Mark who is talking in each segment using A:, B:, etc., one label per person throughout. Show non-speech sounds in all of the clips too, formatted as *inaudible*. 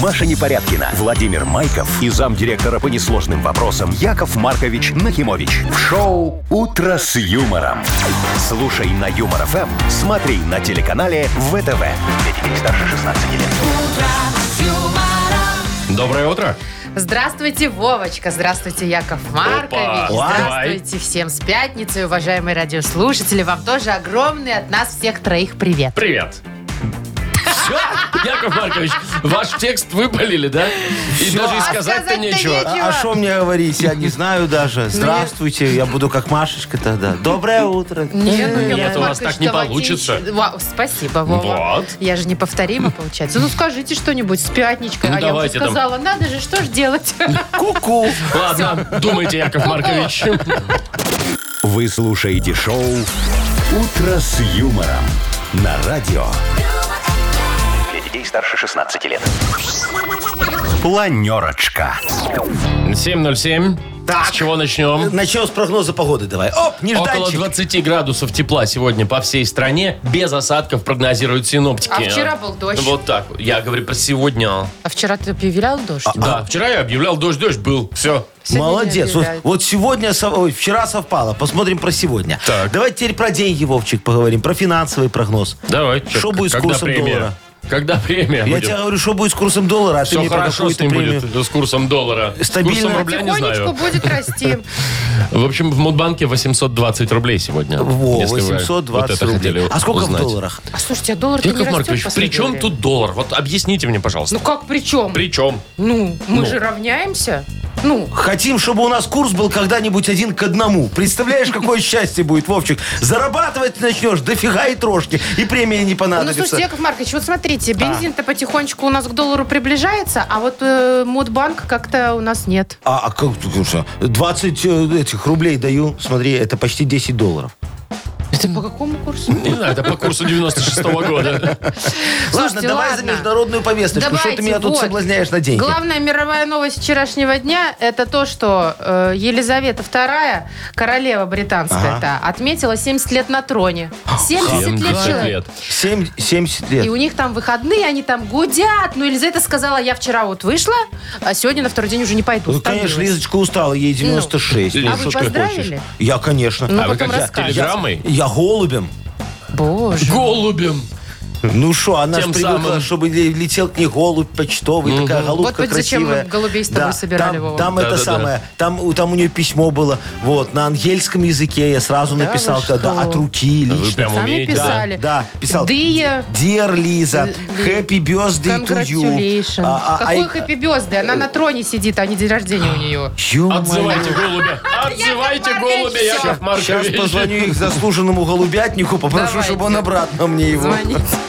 A: Маша Непорядкина, Владимир Майков и замдиректора по несложным вопросам Яков Маркович Нахимович. В шоу «Утро с юмором». Слушай на Юмор ФМ, смотри на телеканале ВТВ. Для детей старше 16 лет.
B: Доброе утро.
C: Здравствуйте, Вовочка. Здравствуйте, Яков Маркович.
B: Опа.
C: Здравствуйте всем с пятницей, уважаемые радиослушатели. Вам тоже огромный от нас всех троих привет.
B: Привет. Все, Яков Маркович, ваш текст выпалили, да? И даже и
C: А
B: сказать-то
C: сказать-то
B: нечего.
C: нечего.
D: А что мне говорить? Я не знаю даже. Здравствуйте, я буду как Машечка тогда. Доброе утро.
C: Не, ну, Яков
B: Нет, у вас
C: Маркович,
B: так не
C: давайте
B: получится.
C: еще- Ва- Спасибо, Вова.
B: Вот.
C: Я же неповторима, получается. Ну, скажите что-нибудь с пятничкой.
B: Ну,
C: а я уже
B: давайте там.
C: сказала, надо же, что же
B: *laughs*
C: делать?
D: Ку-ку.
B: Ладно, думайте, Яков Маркович.
A: Вы слушаете шоу «Утро с юмором» на радио. Для детей старше 16 лет. Планерочка.
B: 7.07.
D: Так.
B: С чего начнем?
D: Начнем с прогноза погоды давай. Оп,
B: Около
D: нежданчик.
B: 20 градусов тепла сегодня по всей стране. Без осадков прогнозируют синоптики.
C: А вчера был дождь.
B: Вот так. вот. Я говорю про сегодня.
C: А вчера ты объявлял дождь?
D: А?
B: Да, вчера я объявлял дождь, дождь был. Все.
C: Сегодня
D: Молодец. Вот,
C: объявляют.
D: вот сегодня, со- ой, вчера совпало. Посмотрим про сегодня.
B: Так.
D: Давайте теперь про деньги, Вовчик, поговорим. Про финансовый прогноз.
B: Давай.
D: Что будет с
B: когда
D: курсом
B: премия?
D: доллара?
B: Когда премия
D: Я
B: будет?
D: тебе говорю, что будет с курсом доллара, а ты
B: Все
D: мне про
B: хорошо с
D: какую-то
B: ним
D: премию.
B: будет, с курсом доллара.
D: Стабильно.
B: С курсом рубля не
C: Потихонечку
B: знаю. *laughs*
C: будет расти.
B: В общем, в Мудбанке 820 рублей сегодня.
D: Во,
B: если вы
D: 820
B: вот это хотели
D: рублей. А сколько
B: узнать.
D: в долларах?
C: А слушайте, а доллар не
B: Яков
C: растет
B: Маркович, при
C: последнее
B: чем
C: время?
B: тут доллар? Вот объясните мне,
C: Ну
B: пожалуйста.
C: как при чем?
B: При чем?
C: Ну, мы же равняемся. Ну,
D: Хотим, чтобы у нас курс был когда-нибудь один к одному. Представляешь, какое счастье будет, Вовчик. Зарабатывать начнешь, дофига и трошки. И премия не
C: ну слушайте,
D: понадобится.
C: Яков Маркович, вот смотрите, бензин-то потихонечку у нас к доллару приближается, а вот э, Мудбанк как-то у нас нет.
D: А, а как тут что? 20 э, этих рублей даю. Смотри, это почти 10 долларов.
C: Это по какому курсу?
B: Не знаю, это по курсу 96-го года.
D: Ладно, давай за
C: ладно.
D: международную повесточку. ну Что ты
C: Давайте,
D: меня тут
C: вот.
D: соблазняешь на деньги?
C: Главная мировая новость вчерашнего дня это то, что э, Елизавета II, королева британская,
D: Ага.
C: та, отметила 70 лет на троне. 70 лет
B: 70
C: человек. Ну,
B: лет.
D: Семь- 70 лет.
C: И у них там выходные, они там гудят. Ну, Елизавета сказала, я вчера вот вышла, а сегодня на второй день уже не пойду.
D: Ну, конечно,
C: утомилась».
D: Лизочка устала, ей 96.
B: Ну,
D: Ну,
B: а
D: что
B: вы
D: ты
C: поздравили?
D: хочешь? Я, конечно.
C: Ну,
B: А вы
C: потом
B: как сейчас,
C: расскажешь.
B: телеграммой?
D: Я голубем.
C: Боже.
B: Голубем.
D: Ну что, она
B: Тем
D: же привыкла,
B: самым.
D: чтобы ле- летел к ней голубь почтовый, такая голубка
C: Вот ведь зачем
D: красивая.
C: мы голубей с тобой собирали,
D: там,
C: Вова.
D: там это
B: Да-да-да.
D: самое, там, у- там у нее письмо было, вот, на ангельском языке я сразу
C: Да
D: написал
C: вы
D: тогда
C: что?
D: от руки,
B: Вы
D: лично.
B: прям
C: Сами
B: умеете.
C: писали.
B: да.
C: писали.
D: Да, писал.
C: Dear-
D: Dear Лиза, happy birthday to you.
C: Congratulations.
D: А, а,
C: Какой
D: I-
C: хэппи бёзды? Она на троне сидит, а не день рождения у нее.
D: Ё-моё.
B: Отзывайте голубя. Отзывайте
C: Маркович,
B: голубя,
C: всё.
B: Яков
D: Сейчас
B: Маркович.
D: позвоню их заслуженному голубятнику, попрошу,
C: Давайте.
D: чтобы он обратно мне его.
C: Звонит.
B: А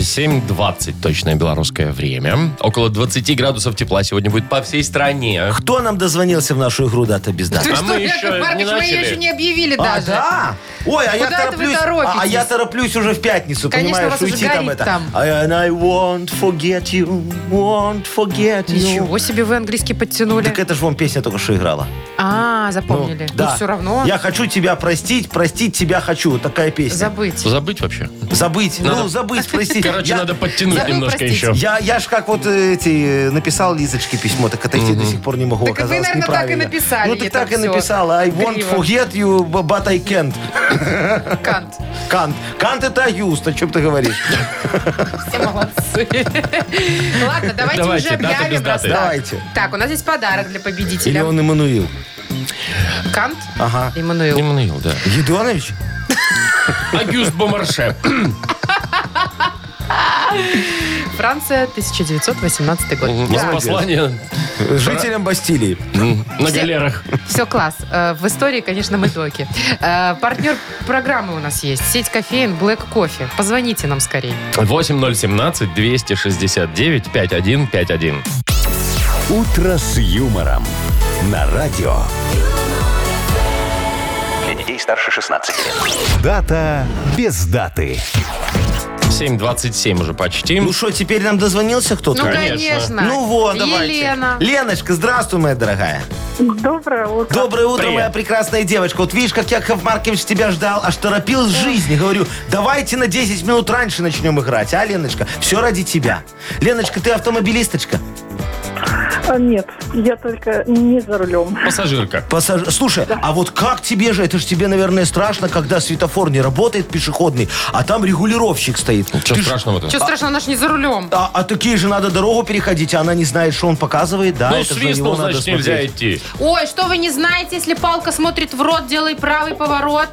B: 7.20 точное белорусское время. Около 20 градусов тепла сегодня будет по всей стране.
D: Кто нам дозвонился в нашу игру «Дата без даты»?
C: Ты
B: А
C: что,
B: мы
C: Яков
B: еще не
C: Маркович, мы ее
B: начали.
C: еще не объявили
D: А,
C: даже.
D: да? Ой, а я
C: Куда это вы
D: тороплюсь.
C: торопитесь?
D: А, а я тороплюсь уже в
C: Конечно,
D: пятницу,
C: у
D: понимаешь,
C: вас уже
D: уйти там
C: горит
D: это.
C: там.
D: I- And I won't forget you, won't forget you.
C: Ничего себе вы английский подтянули.
D: Ну. Так это же вам песня только что играла.
C: А,
D: Ну,
C: запомнили. Ну, все равно
D: Я хочу тебя простить, простить тебя хочу. Вот такая песня.
C: забыть.
B: Забыть вообще?
D: Забыть.
B: Надо-
D: Ну, забыть, простить.
B: Короче,
D: Я-
B: надо подтянуть
C: Забыл,
B: немножко
C: простите.
B: еще.
D: Я, я ж как вот э, эти э, написал Лизочке письмо, так это я до сих пор не могу
C: Так вы,
D: оказалось
C: наверное, так и
D: неправильно.
C: написали
D: Ну,
C: ей
D: ты
C: там
D: так и
C: всё
D: написала. I won't
C: криво.
D: forget you, but I can't.
C: Кант.
D: Кант. Кант это Юст, о чем ты говоришь?
C: Все молодцы. Ладно,
B: Давайте,
C: давайте уже
B: дата без
C: объявим. раз
B: даты.
C: так.
D: Давайте.
C: Так, у нас есть подарок для
D: Или
C: победителя.
D: он Эммануил?
C: Кант.
D: Ага.
C: Эммануил.
B: Эммануил, да.
D: Гедеонович?
B: Агюст Бомарше.
C: Франция, 1918 год.
B: У нас послание
D: Жителям Бастилии.
B: на галерах.
C: Все класс. Э, В истории, конечно, мы доки. Э, Партнер программы у нас есть. Сеть кофеин Black Coffee. Позвоните нам скорее.
B: 8017-269-5151.
A: «Утро с юмором» на радио. Для детей старше 16 лет. Дата без даты.
B: 7.37 7.27 уже почти.
D: Ну что, теперь нам дозвонился кто-то?
C: Ну,
B: конечно.
C: конечно.
D: Ну вот, давайте.
C: Елена.
D: Леночка, здравствуй, моя дорогая.
E: Доброе утро.
D: Доброе утро,
B: Привет.
D: моя прекрасная девочка. Вот видишь, как Яков Маркович тебя ждал, аж торопил с жизни. Говорю, давайте на 10 минут раньше начнем играть, а, Леночка? Все ради тебя. Леночка, ты автомобилисточка?
E: А, Нет, я только не за рулем.
B: Пассажирка.
D: Пассаж- Слушай, а вот как тебе же, это же тебе, наверное, страшно, когда светофор не работает пешеходный, а там регулировщик стоит.
B: Что
D: Ты ж-
B: страшного-то?
C: Что страшного, она ж не за рулем.
D: А, а такие же надо дорогу переходить, а она не знает, что он показывает, да?
B: Ну,
D: это же на
B: свистнул,
D: него надо
B: значит, нельзя
D: смотреть.
B: идти.
C: Ой, что вы не знаете, если палка смотрит в рот, делай правый поворот.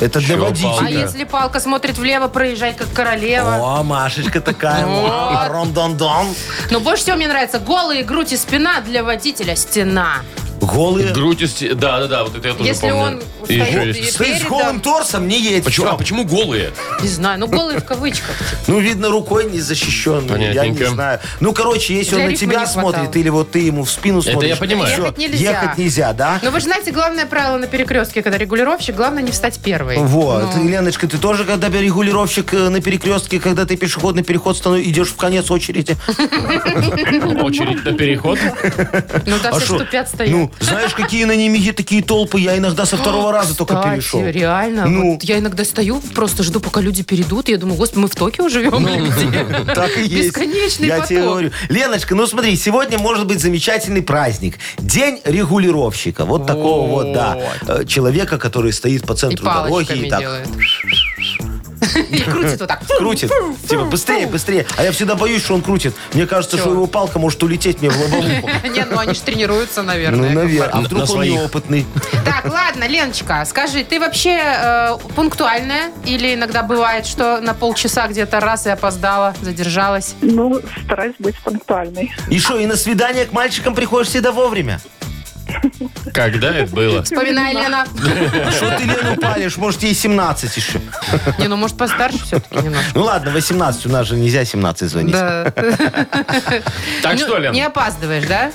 D: Это для
B: Чё,
D: водителя.
B: Павел?
C: А если палка смотрит влево, проезжай как королева.
D: О, Машечка такая.
C: Вот.
D: Ром-дон-дон.
C: Но больше всего мне нравится голые грудь и спина для водителя стена.
D: Голые.
B: Грудь из... те- Да, да, да, вот это я тоже
C: Если
B: помню.
C: он
B: И
C: стоит
B: еще
C: и-
B: есть.
D: Ты с
C: передом.
D: голым торсом не едешь.
B: Почему, а почему
D: *laughs*
B: голые?
C: Не знаю, ну голые в кавычках.
D: Ну, видно, рукой не защищенный. Я не
B: Понятненько.
D: знаю. Ну, короче, если
C: Для
D: он на
C: рифмы не
D: тебя
C: хватало.
D: смотрит, или вот ты ему в спину
B: Это
D: смотришь.
B: я понимаю.
D: всё,
C: Ехать нельзя.
D: Ехать нельзя, да?
C: Но вы же знаете главное правило на перекрестке, когда регулировщик, главное не встать первый.
D: Вот,
C: Ну.
D: И, Леночка, ты тоже, когда регулировщик э, на перекрестке, когда ты пешеходный переход стану, идешь в конец очереди.
B: Очередь на переход.
C: Ну да,
D: А
C: все
D: шо?
C: ступят, стоят.
D: Ну, знаешь, какие на Немиге такие толпы, я иногда со второго раза только
C: Кстати,
D: перешел.
C: реально.
D: Ну.
C: Вот я иногда стою, просто жду, пока люди перейдут. и Я думаю, господи, мы в Токио живем или
D: Ну,
C: где?
D: *laughs* Так и есть.
C: Бесконечный
D: Я тебе
C: поток.
D: говорю. Леночка, ну смотри, сегодня может быть замечательный праздник. День регулировщика. Вот такого вот, да, э, человека, который стоит по
C: И
D: *laughs* центру дороги
C: палочками
D: и так
C: делают. И крутит вот так. *laughs*
D: крутит. Типа, быстрее, быстрее. А я всегда боюсь, что он крутит. Мне кажется,
C: Чё?
D: что его палка может улететь мне в лобовуху.
C: Не, ну они же тренируются, *laughs*
D: Ну,
C: наверное.
D: наверное. А
B: На- на
D: вдруг он
B: своих.
D: неопытный?
C: Так, ладно, Леночка, скажи, ты вообще э, пунктуальная? Или иногда бывает, что на полчаса где-то раз и опоздала, задержалась?
E: Ну, стараюсь быть пунктуальной.
D: И что, и на свидание к мальчикам приходишь всегда вовремя?
B: Когда это было?
C: Вспоминай, Лена.
D: А что ты Лену палишь? Может, ей 17 еще.
C: Не, ну может постарше все-таки
D: *laughs*
C: немножко.
D: Ну ладно, 18, у нас же нельзя 17 звонить.
C: Да.
B: Так
C: Ну,
B: что, Лен?
C: Не опаздываешь, да?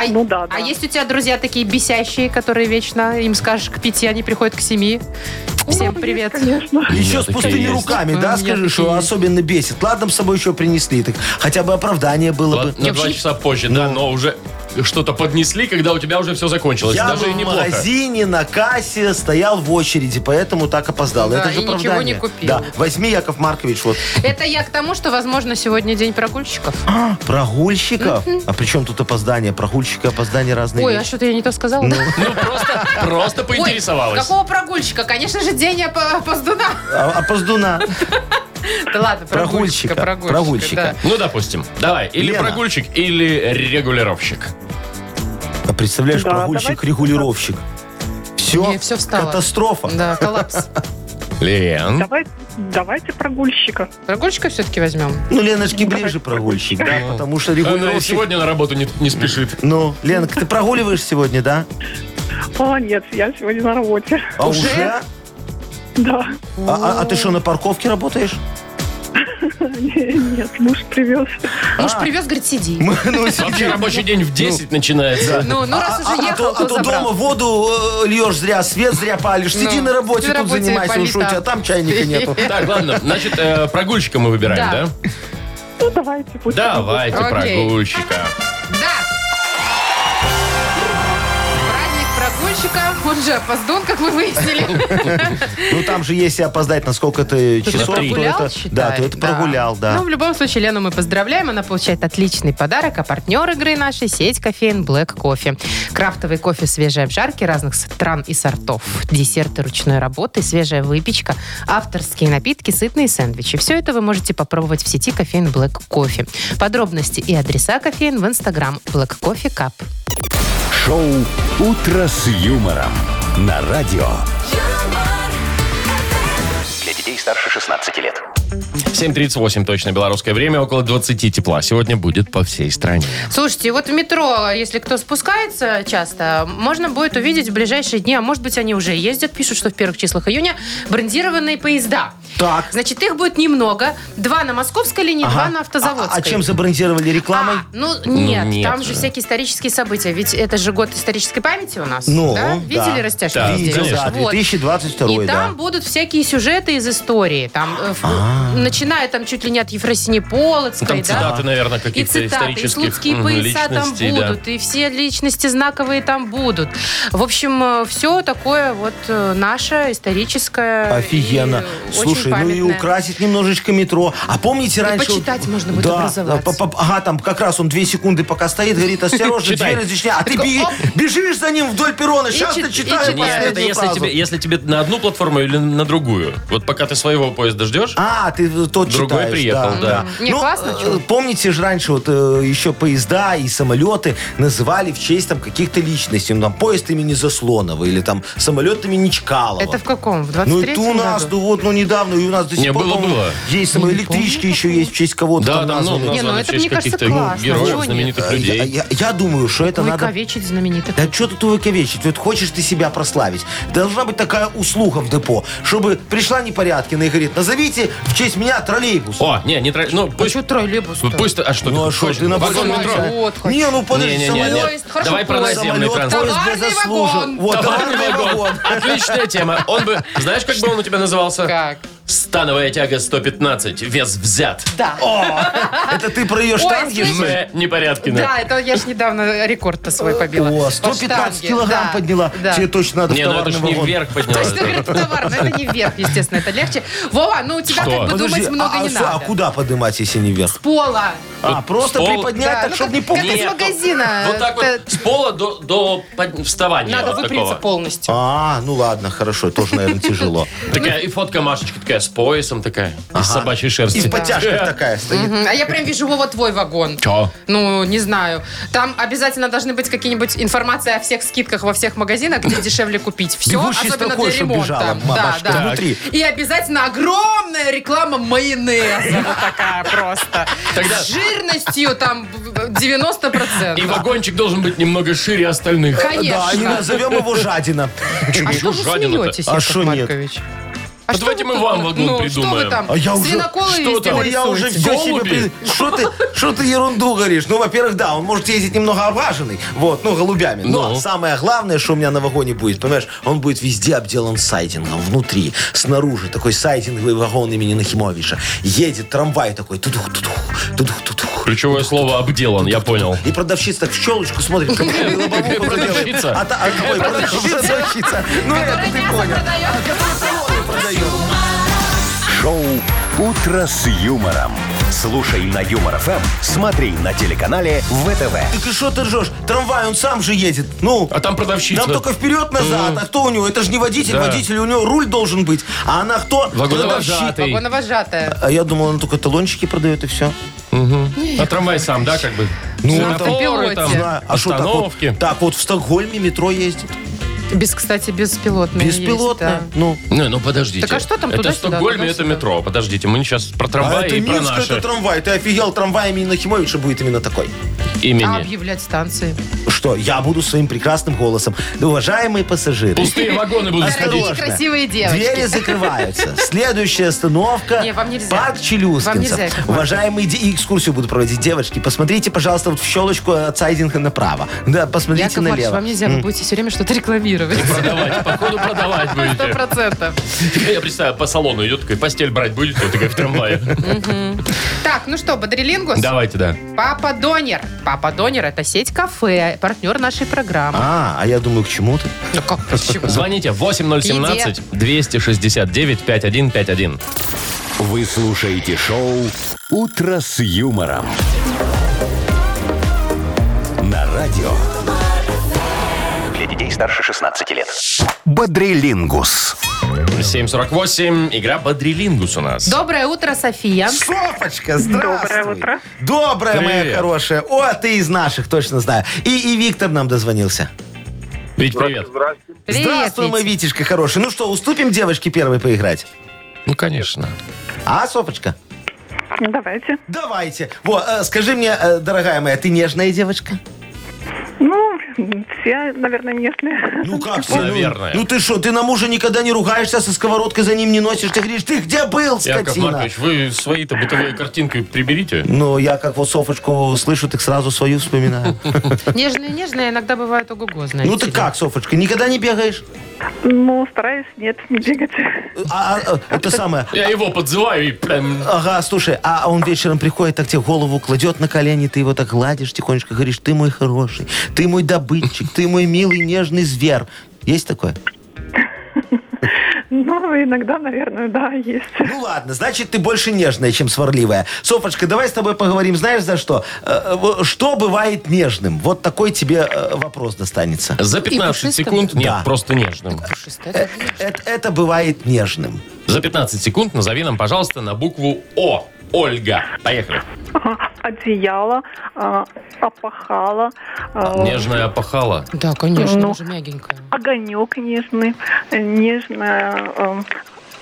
C: А,
E: Ну да, да.
C: а есть у тебя друзья такие бесящие, которые вечно им скажешь к пяти, они приходят к семи. Всем
E: Ну,
C: привет.
E: есть, конечно.
D: Еще с
B: такие
D: пустыми
B: есть.
D: руками,
C: У меня
D: да, скажи,
C: такие
D: что
C: есть.
D: особенно бесит. Ладно, с собой еще принесли, так хотя бы оправдание было бы. Ну.
B: Ладно, На два
C: вообще-
B: часа позже, да, но уже что-то поднесли, когда у тебя уже все закончилось.
D: Я
B: Даже и
D: в
B: неплохо.
D: магазине на кассе стоял в очереди, поэтому так опоздал.
C: Да,
D: Это же
C: и ничего
D: оправдание.
C: не купил.
D: Да, возьми, Яков Маркович, вот
C: Это я к тому, что, возможно, сегодня день прогульщиков.
D: прогульщиков. А при чем тут опоздание? Прогульщики, опоздание разные
C: Ой, а
D: вещи.
C: что-то я не то сказала?
B: Ну, просто, просто
C: Ой,
B: поинтересовалась.
C: какого прогульщика? Конечно же, день опо- опоздуна.
D: А- Опоздуна.
C: Да ладно, прогульщика,
D: Прогульщика,
C: прогульщика.
D: прогульщика.
C: да.
B: Ну, допустим. Давай, или
D: Лена.
B: прогульщик, или регулировщик.
D: А Представляешь,
E: Да,
D: прогульщик-регулировщик. Все,
C: Не, всё встало.
D: катастрофа.
C: Да, коллапс.
B: Лен.
E: Давай, давайте прогульщика.
C: Прогульщика все-таки
D: *laughs*
C: возьмем.
D: Ну, Леночке ближе прогульщик, да, потому что
B: Она и
D: регулировщик...
B: Э, сегодня на работу не, не спешит.
D: Ну, Ленка, ты прогуливаешь сегодня, да?
E: О, нет, я сегодня на работе.
D: А
C: Уже?
D: уже?
E: Да. *laughs*
D: А, а- а ты что, на парковке работаешь?
E: Нет, муж привез.
C: Муж привез, говорит, сиди.
D: Мы- ну, сидим.
B: Вообще рабочий день в 10 начинается.
C: Ну, ну раз
D: А-
C: уже
D: а- а
C: ехал,
D: то- а
C: то
D: то дома
C: забрал.
D: воду э, льешь зря, свет зря палишь. Сиди
C: Ну,
D: на работе,
C: сиди на
D: тут
C: работе,
D: занимайся,
C: пали
D: уж у
C: там.
D: тебя там чайника нету.
B: Так, ладно, значит, э, прогульщика мы выбираем,
C: Да.
B: да?
E: Ну, давайте. Пусть
B: Давайте
C: Окей.
B: прогульщика.
C: Да! Праздник прогульщика, он же опоздун, как мы выяснили.
D: Ну там же, если опоздать на сколько-то часов, то
C: прогулял,
D: это...
C: считай,
D: Да, то это прогулял, да.
C: Ну, в любом случае, Лену мы поздравляем. Она получает отличный подарок. А партнер игры нашей сеть кофеин Black Кофе. Крафтовый кофе свежей обжарки разных стран и сортов. Десерты ручной работы, свежая выпечка, авторские напитки, сытные сэндвичи. Все это вы можете попробовать в сети кофеин Black Кофе. Подробности и адреса кофеин в инстаграм Black Кофе Cup.
A: Шоу «Утро с юмором» на радио.
F: Для детей старше 16 лет.
B: 7.38 точно белорусское время, около 20 тепла. Сегодня будет по всей стране.
C: Слушайте, вот в метро, если кто спускается часто, можно будет увидеть в ближайшие дни, а может быть они уже ездят, пишут, что в первых числах июня, брендированные поезда.
D: Так.
C: Значит, их будет немного. Два на московской линии,
D: Ага.
C: два на
D: А-
C: автозаводской.
D: А, чем забронзировали рекламой?
C: А, ну, нет,
B: нет
C: там же
B: же.
C: всякие исторические события. Ведь это же год исторической памяти у нас.
D: Ну,
C: да?
D: да.
C: Видели растяжки?
B: Да,
C: здесь?
D: Видел, да,
C: Вот.
D: 2022,
C: И
D: да. А.
C: там будут всякие сюжеты из истории. Там, э, в- начиная там чуть ли не от Ефросини Полоцкой,
B: Там
C: да?
B: цитаты, наверное,
C: И
B: каких-то
C: цитаты, и
B: исторических
C: слуцкие
B: м,
C: пояса там
B: личностей, да.
C: будут, и все личности знаковые там будут. В общем, все такое вот э, наше историческое.
D: Офигенно.
C: и Э, очень
D: Слушай, ну и
C: памятное.
D: украсить немножечко метро. А помните раньше... вот-
C: почитать можно будет
D: да,
C: образоваться.
D: да, по- по- Ага, там как раз он две секунды пока стоит, говорит, осторожно,
B: Читай.
D: дверь разъясняй. А ты беги- бежишь за ним вдоль перрона, сейчас
C: чит-
D: ты
C: и
D: читаешь
C: читаешь.
B: Нет, это
D: последнюю
B: если
D: фразу.
B: тебе, если тебе на одну платформу или на другую. Вот пока ты своего поезда ждешь,
D: А, ты тот
B: Другой
D: читаешь.
B: приехал, да.
C: Не, классно,
D: э,
C: чё?
D: Помните же раньше вот э, еще поезда и самолеты называли в честь там каких-то личностей. Ну, там поезд имени Заслонова или там самолет имени Чкалова.
C: Это в каком? В 23-м
D: Ну это у нас,
C: году?
D: ну вот, ну недавно, и у нас до сих
B: Не,
D: пор,
B: было,
D: по-моему,
B: было.
D: есть самые электрички еще есть в честь кого-то
B: да,
D: там
B: там ну,
D: названы. Э,
B: названы
C: Не, ну
B: в
C: это,
B: честь
C: мне кажется,
B: каких-то ну,
C: классно. Чего
B: героев,
C: нет?
B: знаменитых
D: Я,
B: людей.
D: я- я думаю, что это надо...
C: Вековечить знаменитых.
D: Да что тут увековечить? Вот хочешь ты себя прославить? Должна быть такая услуга в депо, чтобы пришла Непорядкина и говорит, назовите в честь меня троллейбус.
B: О, не, не тра- Ну,
C: А
B: пусть...
C: что троллейбус
B: Ну, пусть... А что
D: ну
B: ты
D: а что,
B: хочешь?
D: ты на
B: Вагон
D: поезд
B: метро.
D: нельзя.
C: Вот, хочу.
D: Не, ну подожди,
B: Не, не, не,
D: самолет...
C: Поезд, хорошо,
B: Давай про
C: поезд.
B: наземный
D: Самолет,
B: транспорт.
D: поезд
C: Товарный
D: для заслужен.
C: вагон.
D: Вот,
B: Товарный
D: товарный
B: вагон.
D: вагон.
B: *laughs* Отличная тема. Он бы, знаешь, как бы он у тебя назывался?
C: Как?
B: Становая тяга 115. Вес взят.
C: Да.
D: О, это ты про ее штанги?
C: слышишь?
D: что ли?
B: М, Непорядкина.
C: Да, это я ж недавно рекорд-то свой побила.
D: О,
C: По
D: 115
C: штанге.
D: килограмм
C: Да,
D: подняла.
C: да.
D: Тебе точно надо в
B: Не, ну это
D: товарный
B: ж не
D: вагон.
B: вверх
C: То
B: поднялась.
C: есть, ну, говорит, товар, но это не вверх, естественно, это легче. Вова, ну у тебя
B: Что?
C: как бы
D: Подожди,
C: думать много
D: а,
C: не
D: а, а
C: надо.
D: куда поднимать, если не вверх?
C: С пола.
D: А, просто
B: стол.
D: приподнять
C: Да,
D: так,
C: ну
D: чтобы не
C: как- как
D: пугать.
C: из
B: Нет,
C: магазина.
B: Вот так
C: Это-
B: вот с пола до, до под- вставания.
C: Надо
B: вот
C: выпрямиться
B: такого.
C: полностью.
D: А, ну ладно, хорошо, тоже, наверное, тяжело. *laughs*
B: Такая и фотка Машечки такая с поясом такая. Из собачьей шерсти. Э,
D: И в подтяжках такая стоит.
C: Мгм, А я прям вижу, Вова, твой вагон.
B: Чё?
C: Ну, не знаю. Там обязательно должны быть какие-нибудь информации о всех скидках во всех магазинах, где дешевле купить все,
D: Бегущей
C: особенно для
D: строкой, чтоб
C: ремонта.
D: бежала, мамашка, внутри.
C: И обязательно огромная реклама майонеза. Вот такая просто.
B: Тогда-
C: С жирностью там б- б- 90%.
B: И вагончик должен быть немного шире остальных.
D: Да, не
C: Конечно.
D: назовем его *laughs* жадина.
C: А что вы
B: Жадина-то.
C: смеетесь,
D: А
C: Яков
D: шо нет?
C: Маркович? А что
B: ну, давайте
C: вы
B: мы
C: тут-
B: вам вагон
C: ну, Что
B: придумаем.
C: вы там?
D: А я уже-
C: Свиноколы а
B: Что
C: везде
B: там?
D: Ой, я уже
C: нарисуете?
D: все
B: Голуби?
D: себе... Что ты, что ты ерунду говоришь? Ну, во-первых, да, он может ездить немного обваженный, вот, ну, голубями. Но
B: Ну.
D: самое главное, что у меня на вагоне будет, понимаешь, он будет везде обделан сайдингом, внутри, снаружи, такой сайдинговый вагон имени Нахимовича. Едет трамвай такой, тудух, тудух, тудух, тудух.
B: Ключевое слово обделан, я понял.
D: И продавщица так в щелочку
B: *laughs*
D: смотрит, как я лобовуху
B: Какая
D: заделаю.
B: продавщица?
D: А та- а какой продавщица? Ну, это ты понял. А который продает.
A: Шоу «Утро с юмором». Слушай на Юмор ФМ, смотри на телеканале ВТВ.
D: Так и что ты ржешь? Трамвай, он сам же едет. Ну,
B: А там продавщица.
D: Нам только вперед-назад. А кто у него? Это же не водитель.
B: Да.
D: Водитель, у него руль должен быть. А она кто?
B: Вагоновожатый.
C: Вагоновожатая.
D: А я думал, она только талончики продает и все.
B: А трамвай сам, да, как бы?
D: Ну,
B: Светофоры там,
C: там- Не
D: А что так вот?
B: остановки.
D: Так вот в Стокгольме метро ездит.
C: Без, кстати, беспилотная. есть,
D: Беспилотное.
C: да.
D: Ну,
B: Ну, ну подождите.
C: Так а что там
B: Это
C: туда-сюда,
B: Стокгольм, и это
C: туда-сюда?
B: метро. Подождите, мы сейчас про
D: а
B: трамваи
D: это
B: и про
D: Минск, это
B: наши
D: трамвай. Ты офигел, трамвай имени Нахимовича будет именно такой.
C: А
B: имени.
C: объявлять станции.
D: Что, я буду своим прекрасным голосом. Уважаемые пассажиры,
B: Пустые вагоны будут
C: Дорогие
B: ходить.
D: Осторожно.
C: красивые девочки. *laughs*
D: Двери закрываются. Следующая остановка.
C: Не, вам нельзя.
D: Парк
C: Вам нельзя,
D: Челюскинцев.
C: Яков Маркович.
D: Уважаемые де- и экскурсию буду проводить девочки. Посмотрите, пожалуйста, вот в щелочку от сайдинга направо. Да, посмотрите
C: Яков Маркович,
D: налево.
C: вам нельзя, вы будете все время что-то *laughs* рекламировать.
B: Продавать, походу продавать
C: Сто
B: будете.
C: процентов.
B: *laughs* Я представляю, по салону идет, такой, постель брать будете, вот такая в
D: *laughs*
B: трамвае.
C: Так, ну что, Бодрилингус?
B: Давайте, да.
C: Папа Донер. Папа Донер – это сеть кафе, партнер нашей программы.
D: А, а я думаю, к чему ты?
C: Ну как, почему?
B: Звоните 8017-269-5151.
A: Вы слушаете шоу «Утро с юмором». На радио
F: Для детей старше 16 лет.
A: «Бодрилингус».
B: 748. Игра Бодрилингус у нас.
C: Доброе утро, София.
D: Софочка, здравствуй.
E: Доброе утро.
D: Доброе, моя
B: Привет.
D: хорошая. О, ты из наших, точно знаю. И, и Виктор нам дозвонился.
B: Ведь привет.
G: Здравствуйте.
C: Привет,
D: Здравствуй, мой
C: Вить.
D: Витечка хороший. Ну что, уступим девочке первой поиграть?
B: Ну, конечно.
D: А, Софочка?
E: Ну, Давайте.
D: Давайте. Во, э, скажи мне, э, дорогая моя, ты нежная девочка?
E: Ну, Все, наверное, местные.
D: Ну как все? ну-
B: Наверное.
D: Ну, ты что, ты на мужа никогда не ругаешься, со сковородкой за ним не носишь. Ты говоришь, ты где был,
B: Яков
D: скотина?
B: Маркович, вы свои-то бытовые картинки приберите.
D: Ну, я как вот Софочку слышу, так сразу свою вспоминаю.
C: Нежные-нежные иногда бывают ого-го, знаете
D: Ну ты
C: ли.
D: как, Софочка, никогда не бегаешь?
E: Ну, стараюсь, нет, не бегать.
D: А, а, а, это самое.
B: Я его подзываю и прям...
D: Ага, слушай, а он вечером приходит, так тебе голову кладет на колени, ты его так гладишь тихонечко, говоришь, ты мой хороший, ты мой добытчик, ты мой милый нежный зверь. Есть такое?
E: Ну, иногда, наверное, да, есть.
D: Ну ладно, значит, ты больше нежная, чем сварливая. Софочка, давай с тобой поговорим, знаешь, за что? Э, в- Что бывает нежным? Вот такой тебе э, вопрос достанется.
B: За 15
C: пушистым.
B: секунд... Нет,
D: Да.
B: просто нежным.
C: Пушистая
D: Э,
C: такая.
D: Это, это бывает нежным.
B: За 15 секунд назови нам, пожалуйста, на букву О. Ольга. Поехали.
E: Ага, Одеяло, а, опахало, а,
B: Нежная пахала.
C: Да, конечно,
E: Ну.
C: уже мягенькая.
E: огонек нежный, э, нежная... э,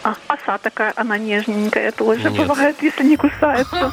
E: а, Оса такая, она нежненькая тоже
B: Нет.
E: бывает, если
B: *laughs*
E: не кусается.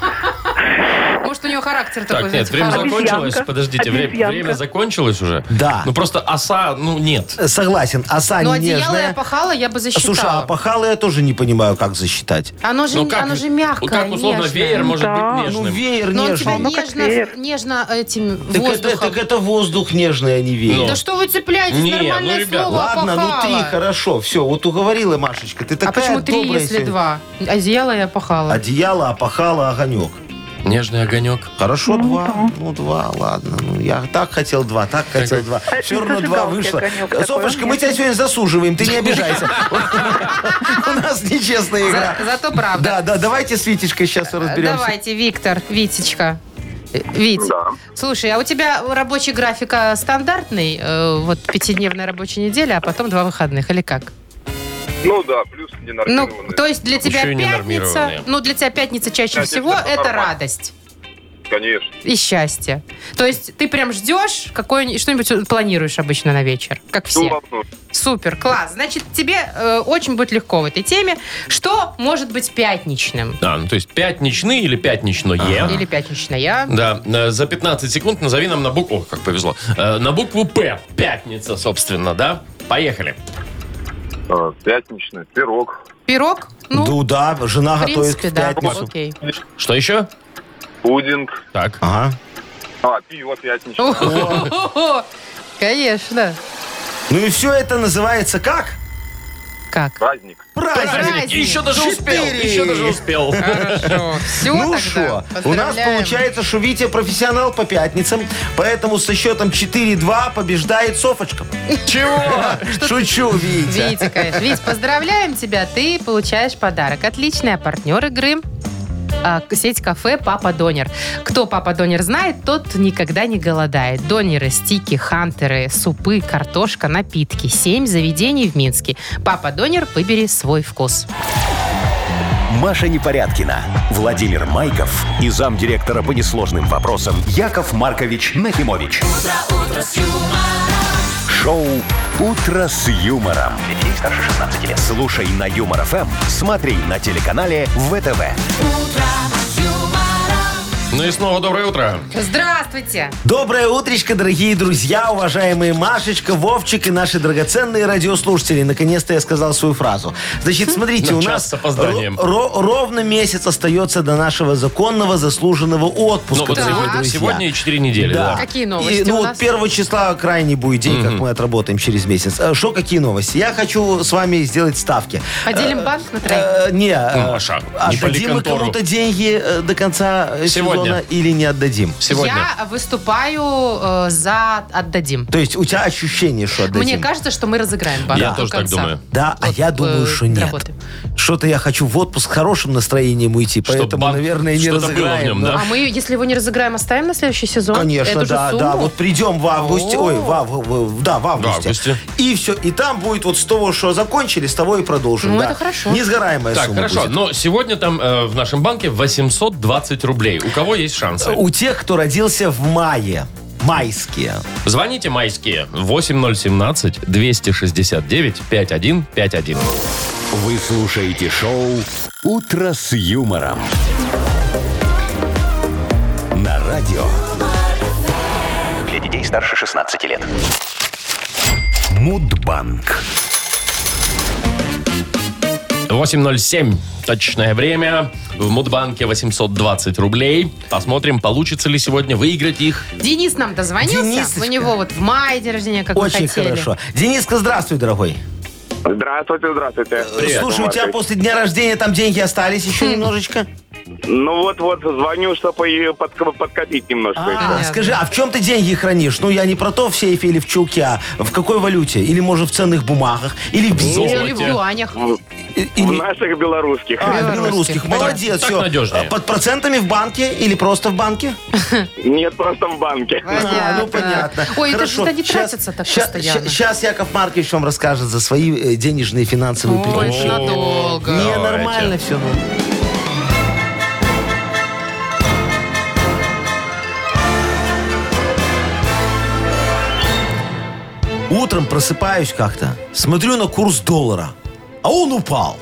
C: Может, у нее характер
B: Так,
C: такой,
B: нет,
C: знаете,
B: время
C: хороший.
E: Обезьянка.
B: закончилось. Подождите, вре-
E: Обезьянка.
B: время закончилось уже?
D: Да.
B: Ну просто оса, ну нет.
D: Э, Согласен, оса
C: Ну,
D: не
C: одеяло я
D: нежная.
C: пахала, я бы засчитала.
D: Слушай, а пахало я тоже не понимаю, как засчитать.
C: Оно же,
B: Ну как,
C: оно же мягкое,
B: Как условно
C: нежное.
B: веер может
E: Да.
B: быть
D: Ну,
B: нежным?
D: веер
C: Но он а тебя
D: нежный.
E: Ну, как
C: нежно,
E: веер.
C: нежно этим
D: Так это,
C: воздухом.
D: так это воздух нежный, а не веер.
C: Да что вы цепляетесь?
B: Не,
C: Нормальное
B: ну, ребят,
C: слово
D: Ладно, ну
C: опахала.
D: три, хорошо, все, вот уговорила Машечка, ты такая
C: А почему три,
D: добрая
C: если
D: сегодня. А
C: два? Одеяло я пахала.
D: Одеяло, опахало, огонек.
B: Нежный огонек.
D: Хорошо, два. Ну, два, ладно. Ну, я так хотел два, так хотел два.
E: Э,
D: Все равно два
E: зажигалки
D: вышло.
E: огонек такой,
D: Софочка,
E: он
D: мы тебя
E: нежный.
D: сегодня засуживаем, ты не обижайся. У нас нечестная игра.
C: За- зато правда.
D: Да, да, давайте с Витечкой сейчас разберемся.
C: Давайте, Виктор, Витечка. Э, Вить, слушай, а у тебя рабочий график а, стандартный? Э, вот пятидневная рабочая неделя, а потом два выходных, или как?
G: Ну да, плюс не
C: Ну, то есть для тебя
B: Еще и
C: пятница,
B: ненормированные.
C: ну для тебя пятница чаще
G: Пятница
C: всего
G: это
C: это
G: нормально.
C: радость
G: Конечно.
C: и счастье. То есть ты прям ждешь, какое что-нибудь планируешь обычно на вечер, как все. Супер, класс. Значит, тебе э, очень будет легко в этой теме. Что может быть пятничным?
B: А, ну то есть пятничный или пятничное.
C: Или пятничная?
B: Да, э, за 15 секунд назови нам на букву... О, как повезло. Э, На букву П. Пятница, собственно, да? Поехали.
G: А, Пятничный, пирог,
C: Пирог? Ну,
D: Ну да, жена
C: в
D: готовит
C: принципе,
D: в
C: да.
D: пятницу. *laughs*
C: Окей.
B: Что еще?
G: пудинг,
B: Так.
D: Ага.
G: а, пиво пятничное.
C: О, Конечно.
D: Ну и все это называется как?
C: Как?
G: Праздник.
D: Праздник.
C: Праздник.
B: Еще даже успел.
D: Четыре.
B: Еще даже успел.
C: Хорошо. Все
D: Ну что,
C: тогда.
D: у нас
C: Поздравляем.
D: получается, что Витя профессионал по пятницам, поэтому со счетом 4-2 побеждает Софочка. Чего? Шучу, Витя.
C: Витя, конечно. Вить, поздравляем тебя. Ты получаешь подарок. Отличная партнер игры а, сеть кафе «Папа Донер». Кто «Папа Донер» знает, тот никогда не голодает. Донеры, стики, хантеры, супы, картошка, напитки. Семь заведений в Минске. «Папа Донер» выбери свой вкус.
A: Маша Непорядкина, Владимир Майков и замдиректора по несложным вопросам Яков Маркович Нахимович. Шоу Утро с юмором. Для детей старше 16 лет. Слушай на юмор ФМ, смотри на телеканале ВТВ.
B: Ну и снова доброе утро.
C: Здравствуйте!
D: Доброе утречко, дорогие друзья, уважаемые Машечка, Вовчик и наши драгоценные радиослушатели. Наконец-то я сказал свою фразу. Значит, смотрите, у
B: Хм, Час
D: нас
B: с опозданием.
D: ро- ро- ровно месяц остается до нашего законного заслуженного
B: Ну
D: отпуска,
B: вот
D: дорогие
B: сегодня-
D: друзья.
B: сегодня и 4 недели. Да.
C: Какие новости
D: И, ну,
C: у
D: вот
C: нас?
D: первого числа крайний будет день, как мы отработаем через месяц. А, Что, какие новости? Я хочу с вами сделать ставки.
C: Поделим банк на троих?
D: Э, не, э,
B: Маша, не пали
D: отдадим мы
B: контору.
D: кому-то деньги э, до конца э,
B: Сегодня.
D: сезона или не отдадим?
B: Сегодня.
C: Я выступаю э, за «Отдадим».
D: То есть у тебя ощущение, что отдадим?
C: Мне кажется, что мы разыграем банк.
B: Я,
C: до
B: тоже так
C: конца.
B: думаю.
D: Да, а я думаю,
C: э,
D: что нет.
C: работы.
D: Что-то я хочу в отпуск с хорошим настроением уйти,
B: Чтоб
D: поэтому,
B: банк-
D: наверное, не
B: что-то было в
D: разыграем.
B: нем,
D: но-
B: да?
C: А мы, если его не разыграем, оставим на следующий сезон?
D: Конечно,
C: Ну, Эту же
D: да,
C: сумму?
D: да. Вот придем в августе, ой, в, ав- в- да, в августе.
B: августе.
D: И все, и там будет вот с того, что закончили, с того и продолжим.
C: Ну,
D: да.
C: это хорошо.
D: Несгораемая
B: Так,
D: сумма
B: хорошо.
D: будет.
B: Но сегодня там э, в нашем банке 820 рублей. У кого есть шансы?
D: У тех, кто родился в мае, майские.
B: Звоните майские 8017 269 5151.
A: Вы слушаете шоу Утро с юмором. На радио.
F: Для детей детей старше 16 лет.
A: Мудбанк.
B: 8.07. Точное время. В Мудбанке 820 рублей. Посмотрим, получится ли сегодня выиграть их.
C: Денис нам дозвонился.
D: Денисочка.
C: У него вот в мае день рождения, как мы
D: Очень
C: хотели.
D: хорошо. Дениска, здравствуй, дорогой.
G: Здравствуйте, здравствуйте.
D: Слушай, у тебя после дня рождения там деньги остались
C: Хм.
D: еще немножечко?
G: Ну вот-вот, звоню, чтобы подкопить немножко.
D: А,
C: Понятно.
D: скажи, а в чем ты деньги хранишь? Ну, я не про то в сейфе или в чулке, а в какой валюте? Или, может, в ценных бумагах? Или в
B: золоте.
D: бирже?
C: Или в юанях.
D: И-
G: В
D: или-
G: наших белорусских.
D: А, в белорусских.
C: белорусских.
D: Молодец,
B: Так
D: все.
B: надежнее.
D: Под процентами в банке или просто в банке?
G: Нет, просто в банке.
D: А, *laughs* ну,
C: Понятно.
D: понятно.
C: Ой, это
D: Хорошо.
C: же они
D: Щас-
C: тратятся так
D: ща-
C: постоянно.
D: ща- Сейчас Яков Маркович вам расскажет за свои э, денежные финансовые
C: Ой, это
D: приключения.
C: надолго.
D: Не,
B: Давайте.
D: нормально все. Утром просыпаюсь как-то, смотрю на курс доллара, а он упал.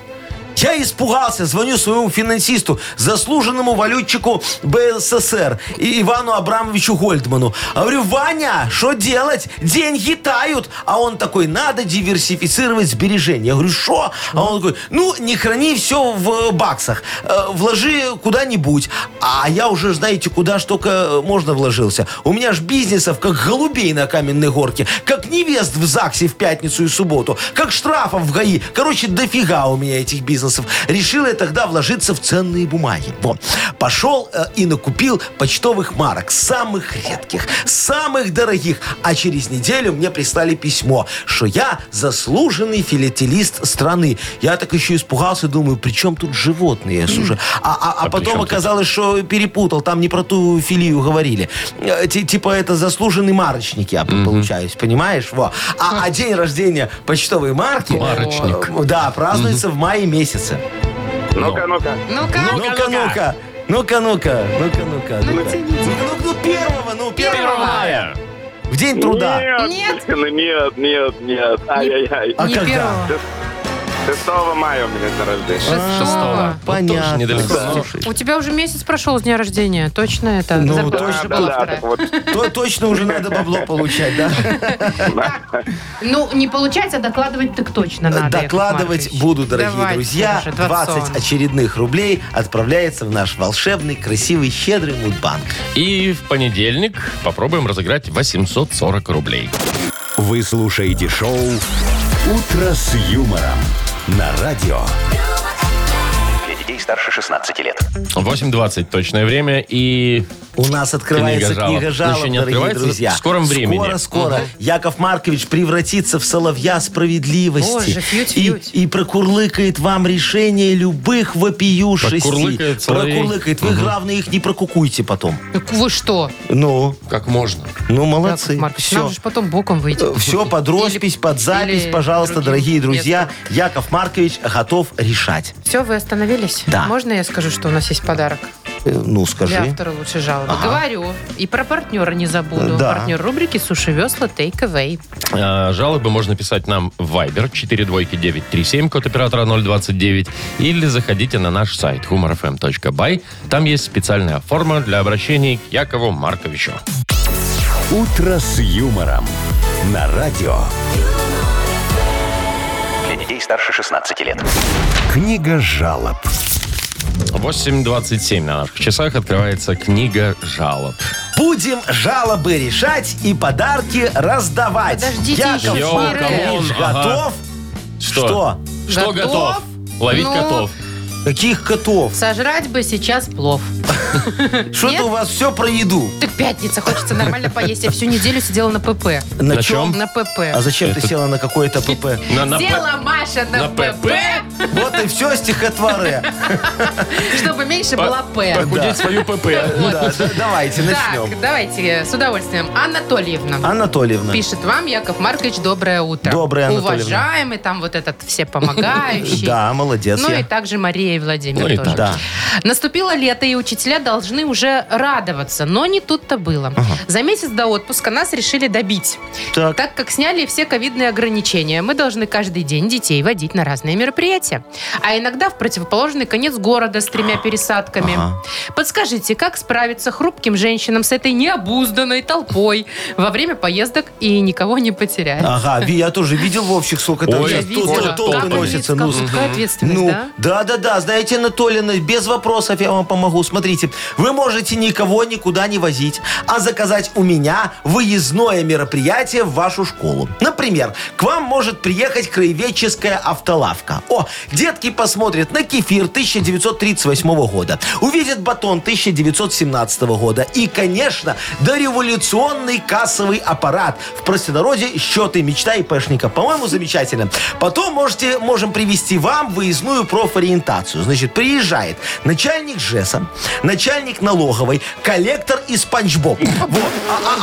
D: Я испугался, звоню своему финансисту, заслуженному валютчику БССР, и Ивану Абрамовичу Гольдману. А Говорю, Ваня, что делать? Деньги тают. А он такой, надо диверсифицировать сбережения. Я говорю, что? А он такой, ну, не храни все в баксах. Э, Вложи куда-нибудь. А я уже, знаете, куда ж только можно вложился. У меня ж бизнесов, как голубей на каменной горке, как невест в ЗАГСе в пятницу и субботу, как штрафов в ГАИ. Короче, дофига у меня этих бизнесов. Решил я тогда вложиться в ценные бумаги. Во. Пошел э, и накупил почтовых марок, самых редких, самых дорогих. А через неделю мне прислали письмо, что я заслуженный филателист страны. Я так еще испугался, думаю, при чем тут животные? Слушай, а, а- а
B: А при чем
D: потом
B: тут?
D: оказалось, что перепутал, там не про ту филию говорили. Э, ти- Типа это заслуженный марочник я получаюсь, понимаешь? Во. А, а день рождения почтовой марки...
B: Марочник.
D: э, Да, празднуется в мае месяце.
G: Ну-ка, ну-ка.
D: Ну,
C: Ну-ка.
D: Ну-ка, ну-ка. Ну-ка, ну-ка, ну-ка, ну-ка. Ну-ка, ну, ну, первого, ну, первого.
B: Первая.
D: В день труда.
C: Нет.
G: Нет, блин, нет, нет, нет. Ай-яй-яй.
D: А
C: не
D: когда?
C: первого.
G: 6 мая у меня день рождения.
C: Шестого.
B: Вот тоже
D: А, Понятно.
B: недалеко.
D: Слушай,
C: У тебя уже месяц прошел с дня рождения. Точно это?
D: Ну,
C: Забыла
D: да,
C: уже
G: Да,
C: была
G: да,
C: вторая.
G: так вот.
D: то- точно уже надо бабло получать, да?
C: Ну, не получается, докладывать так точно надо. Яков
D: Докладывать
C: Маркович.
D: буду, дорогие
C: Давайте
D: друзья.
C: уже,
D: 20
C: Дворцова.
D: очередных рублей отправляется в наш волшебный, красивый, щедрый мудбанк.
B: И в понедельник попробуем разыграть 840 рублей.
A: Вы слушаете шоу «Утро с юмором» на радио.
F: Для детей старше 16 лет.
B: 8.20 точное время и...
D: У нас открывается
B: Книга
D: книга
B: жалоб.
D: жалоб,
B: Еще не
D: дорогие
B: открывается?
D: друзья.
B: В скором времени.
D: Скоро, скоро. Яков Маркович превратится в соловья справедливости.
C: Боже, фьють,
D: и,
C: фьють.
D: и прокурлыкает вам решение любых вопиюшестей.
B: Прокурлыкает соловей.
D: Прокурлыкает. Вы, главное, их не прокукуйте потом.
C: Так Вы что?
D: Ну,
B: Как можно?
D: ну,
C: Яков
D: молодцы. Э,
C: Маркович,
D: Все.
C: нам же потом боком выйти.
D: Все под роспись, под запись,
C: или
D: пожалуйста,
C: другим
D: дорогие друзья. Яков Маркович готов решать.
C: Все, вы остановились?
D: Да.
C: Можно я скажу, что у нас есть подарок?
D: Э, Ну,
C: Для
D: скажи.
C: автора лучшей жалобы.
D: Ага.
C: Говорю. И про партнера не забуду.
D: Да.
C: Партнер рубрики «Суши весла Take Away».
B: А, Жалобы можно писать нам в Viber 42937, код оператора 029, или заходите на наш сайт humorfm.by. Там есть специальная форма для обращений к Якову Марковичу.
A: «Утро с юмором» на радио.
F: Для детей старше 16 лет.
A: Книга жалоб.
B: 8.27 на наших часах открывается книга жалоб.
D: Будем жалобы решать и подарки раздавать.
C: Подождите,
D: Яков
C: еще
D: Маркович
B: Йо, камон,
D: готов?
B: Что?
D: Что?
B: Что готов?
C: Готов?
B: Ловить
C: Ну.
B: котов.
D: Каких котов?
C: Сожрать бы сейчас плов.
D: Что-то у вас все про еду.
C: Так пятница, хочется
D: *laughs*
C: нормально поесть. Я всю неделю сидела на ПП.
D: На,
B: На чём?
D: чём?
C: На ПП.
D: А зачем ты села на какое-то ПП?
B: На- на
C: Села Маша на,
B: на ПП?
C: ПП,
D: Вот и все стихотворы.
C: *laughs* чтобы меньше
B: По-
C: была П.
B: похудеть свою ПП.
D: Да, да, Давайте начнем.
C: Так, давайте э, с удовольствием. Анатольевна.
D: Анатольевна.
C: Пишет вам Яков Маркович, доброе утро.
D: Доброе, Анатольевна.
C: Уважаемый, там вот этот все помогающий.
D: *laughs* Да, молодец
C: Ну и
D: я.
C: также Мария и Владимир
B: Ну и
C: тоже.
D: так. Да.
C: Наступило лето, и у учителя должны уже радоваться, но не тут-то было. За месяц до отпуска нас решили добить.
D: Так.
C: Так как сняли все ковидные ограничения, мы должны каждый день детей водить на разные мероприятия. А иногда в противоположный конец города с тремя пересадками.
D: Ага.
C: Подскажите, как справиться хрупким женщинам с этой необузданной толпой во время поездок и никого не потерять?
D: Ага, Ви, я тоже видел Вовчик, сколько там
B: Ой,
C: Я
B: я
D: сейчас
C: видела,
D: тол- тол-
C: как
D: толпы
C: они-
D: носятся.
C: как-
D: Ну,
C: какая ответственность,
D: Ну,
C: да?
D: да, да, да. Знаете, Анатолина, без вопросов я вам помогу. Смотрите, вы можете никого никуда не возить, а заказать у меня выездное мероприятие в вашу школу. Например, к вам может приехать краеведческая автолавка. О, детки посмотрят на кефир 1938 года, увидят батон 1917 года и, конечно, дореволюционный кассовый аппарат. В простонародье счеты мечта и пэшника. По-моему, замечательно. Потом можете, можем привести вам выездную профориентацию. Значит, приезжает начальник ЖЭСа, начальник налоговой, коллектор и Спанч Боб. Вот.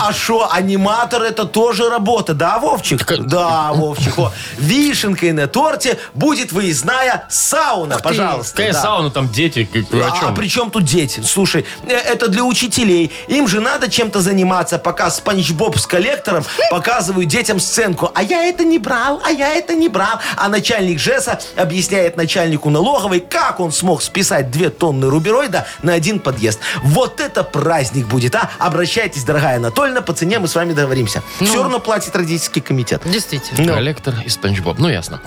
D: А что, аниматор это тоже работа, да, Вовчик?
B: э,
D: Да, Вовчик. О, Вишенкой на торте будет выездная сауна, пожалуйста.
B: Какая
D: да.
B: сауна, там дети, как-
D: А-
B: о
D: А
B: чем?
D: при чем тут дети? Слушай, э, это для учителей. Им же надо чем-то заниматься, пока Спанч Боб с коллектором показывают детям сценку. А я это не брал, а я это не брал. А начальник ЖЭСа объясняет начальнику налоговой, как он смог списать две тонны рубероида на один подъезд. Вот это праздник будет, а? Обращайтесь, дорогая Анатольевна, по цене мы с вами договоримся. Все равно платит родительский комитет.
C: Действительно.
D: ну.
B: Коллектор и Спанч Боб. Ну, ясно.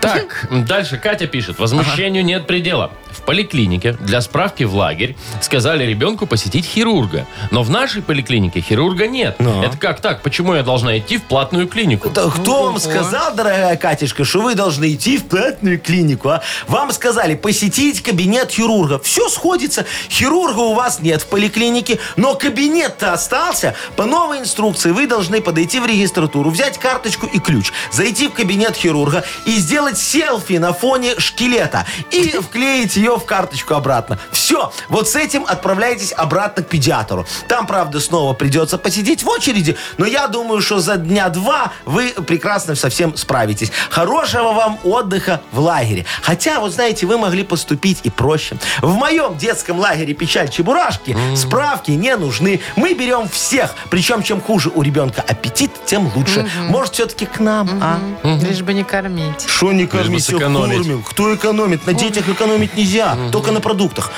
B: Так, дальше Катя пишет. Возмущению нет предела. В поликлинике для справки в лагерь сказали ребенку посетить хирурга. Но в нашей поликлинике хирурга нет.
D: Ну.
B: Это как так? Почему я должна идти в платную клинику?
D: Да кто вам
C: ого.
D: сказал, дорогая Катюшка, что вы должны идти в платную клинику, а? Вам сказали посетить кабинет хирурга. Все сходится. Хирурга у вас нет в поликлинике, но кабинет-то остался. По новой инструкции вы должны подойти в регистратуру, взять карточку и ключ, зайти в кабинет хирурга и сделать селфи на фоне шкелета. И вклеить ее в карточку обратно. Все. Вот с этим отправляйтесь обратно к педиатру. Там, правда, снова придется посидеть в очереди, но я думаю, что за дня два вы прекрасно совсем справитесь. Хорошего вам отдыха в лагере. Хотя, вот знаете, вы могли поступить и проще. В моем детском лагере «Печаль Чебурашки» справки не нужны. Мы берем всех. Причем, чем хуже у ребенка аппетит, тем лучше. Может, все-таки к нам, а?
C: Лишь бы не кормить.
D: Что не
B: бы
D: кормить, всех
B: сэкономить.
D: кормим. Кто экономит? На детях экономить нельзя. Только на продуктах.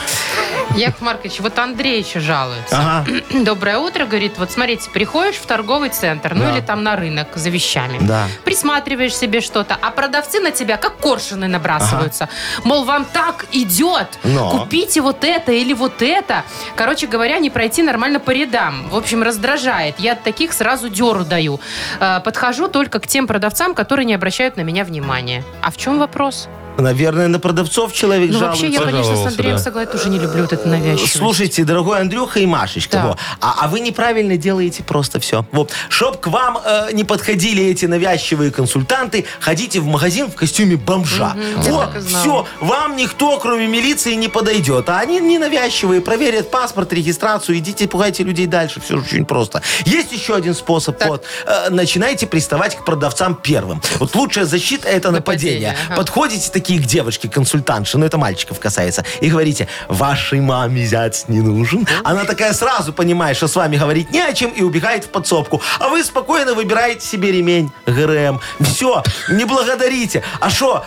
C: Яков Маркович, вот Андрей еще жалуется.
D: Ага.
C: Доброе утро, говорит, вот смотрите, приходишь в торговый центр, ну
D: Да.
C: или там на рынок за вещами.
D: Да.
C: Присматриваешь себе что-то, а продавцы на тебя как коршуны набрасываются. Мол, вам так идет,
D: Но.
C: купите вот это или вот это. Короче говоря, не пройти нормально по рядам. В общем, раздражает. Я от таких сразу деру даю. Э, Подхожу только к тем продавцам, которые не обращают на меня внимания. А в чем вопрос?
D: Наверное, на продавцов человек
C: ну,
D: жалуется. Э,
C: вообще, я, конечно, с
B: Пожаловался,
C: Андреем
B: да.
C: согласна, тоже не люблю вот это навязчивость.
D: Слушайте, дорогой Андрюха и Машечка,
C: Да.
D: во, а, а вы неправильно делаете просто все. Вот, чтоб к вам э, не подходили эти навязчивые консультанты, ходите в магазин в костюме бомжа.
C: я
D: Вот,
C: так и знала.
D: все, вам никто, кроме милиции, не подойдет. А они ненавязчивые, проверят паспорт, регистрацию, идите, пугайте людей дальше. Все очень просто. Есть еще один способ.
C: Так.
D: Вот, э, начинайте приставать к продавцам первым. Вот лучшая защита это
C: Нападение,
D: нападение.
C: ага.
D: Подходите такие к девочке, консультантше, ну это мальчиков касается, и говорите, вашей маме зять не нужен. Она такая сразу понимает, что с вами говорить не о чем, и убегает в подсобку. А вы спокойно выбираете себе ремень ГРМ. Все, не благодарите. А что,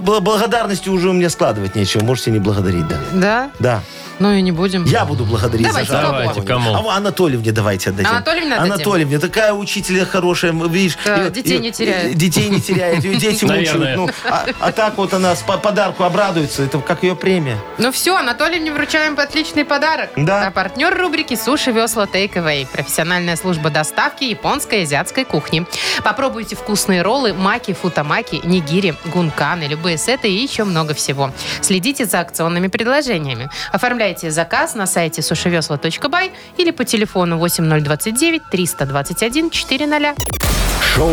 D: благодарности уже у меня складывать нечего, можете не благодарить, да.
C: Да?
D: Да,
C: Ну и не будем.
D: я буду благодарить
C: Давайте,
D: за жалобу.
B: Давайте, кому?
D: А вот Анатольевне давайте отдадим.
C: Анатольевне отдадим?
D: Анатольевне, такая учителя хорошая, м, видишь.
C: Да,
D: и-
C: детей
D: и-
C: не теряет.
D: и- Детей не теряет, ее дети
B: Наверное.
D: мучают. Ну, а, а так вот она с по- подарку обрадуется, это как ее премия.
C: Ну все, Анатолию не вручаем отличный подарок.
D: Да.
C: А партнер рубрики «Суши весла Take Away» профессиональная служба доставки японской и азиатской кухни. Попробуйте вкусные роллы, маки, футамаки, нигири, гунканы, любые сеты и еще много всего. Следите за акционными предложениями. Оформляйте заказ на сайте сушевесла.бай или по телефону 8029 321 400.
A: Шоу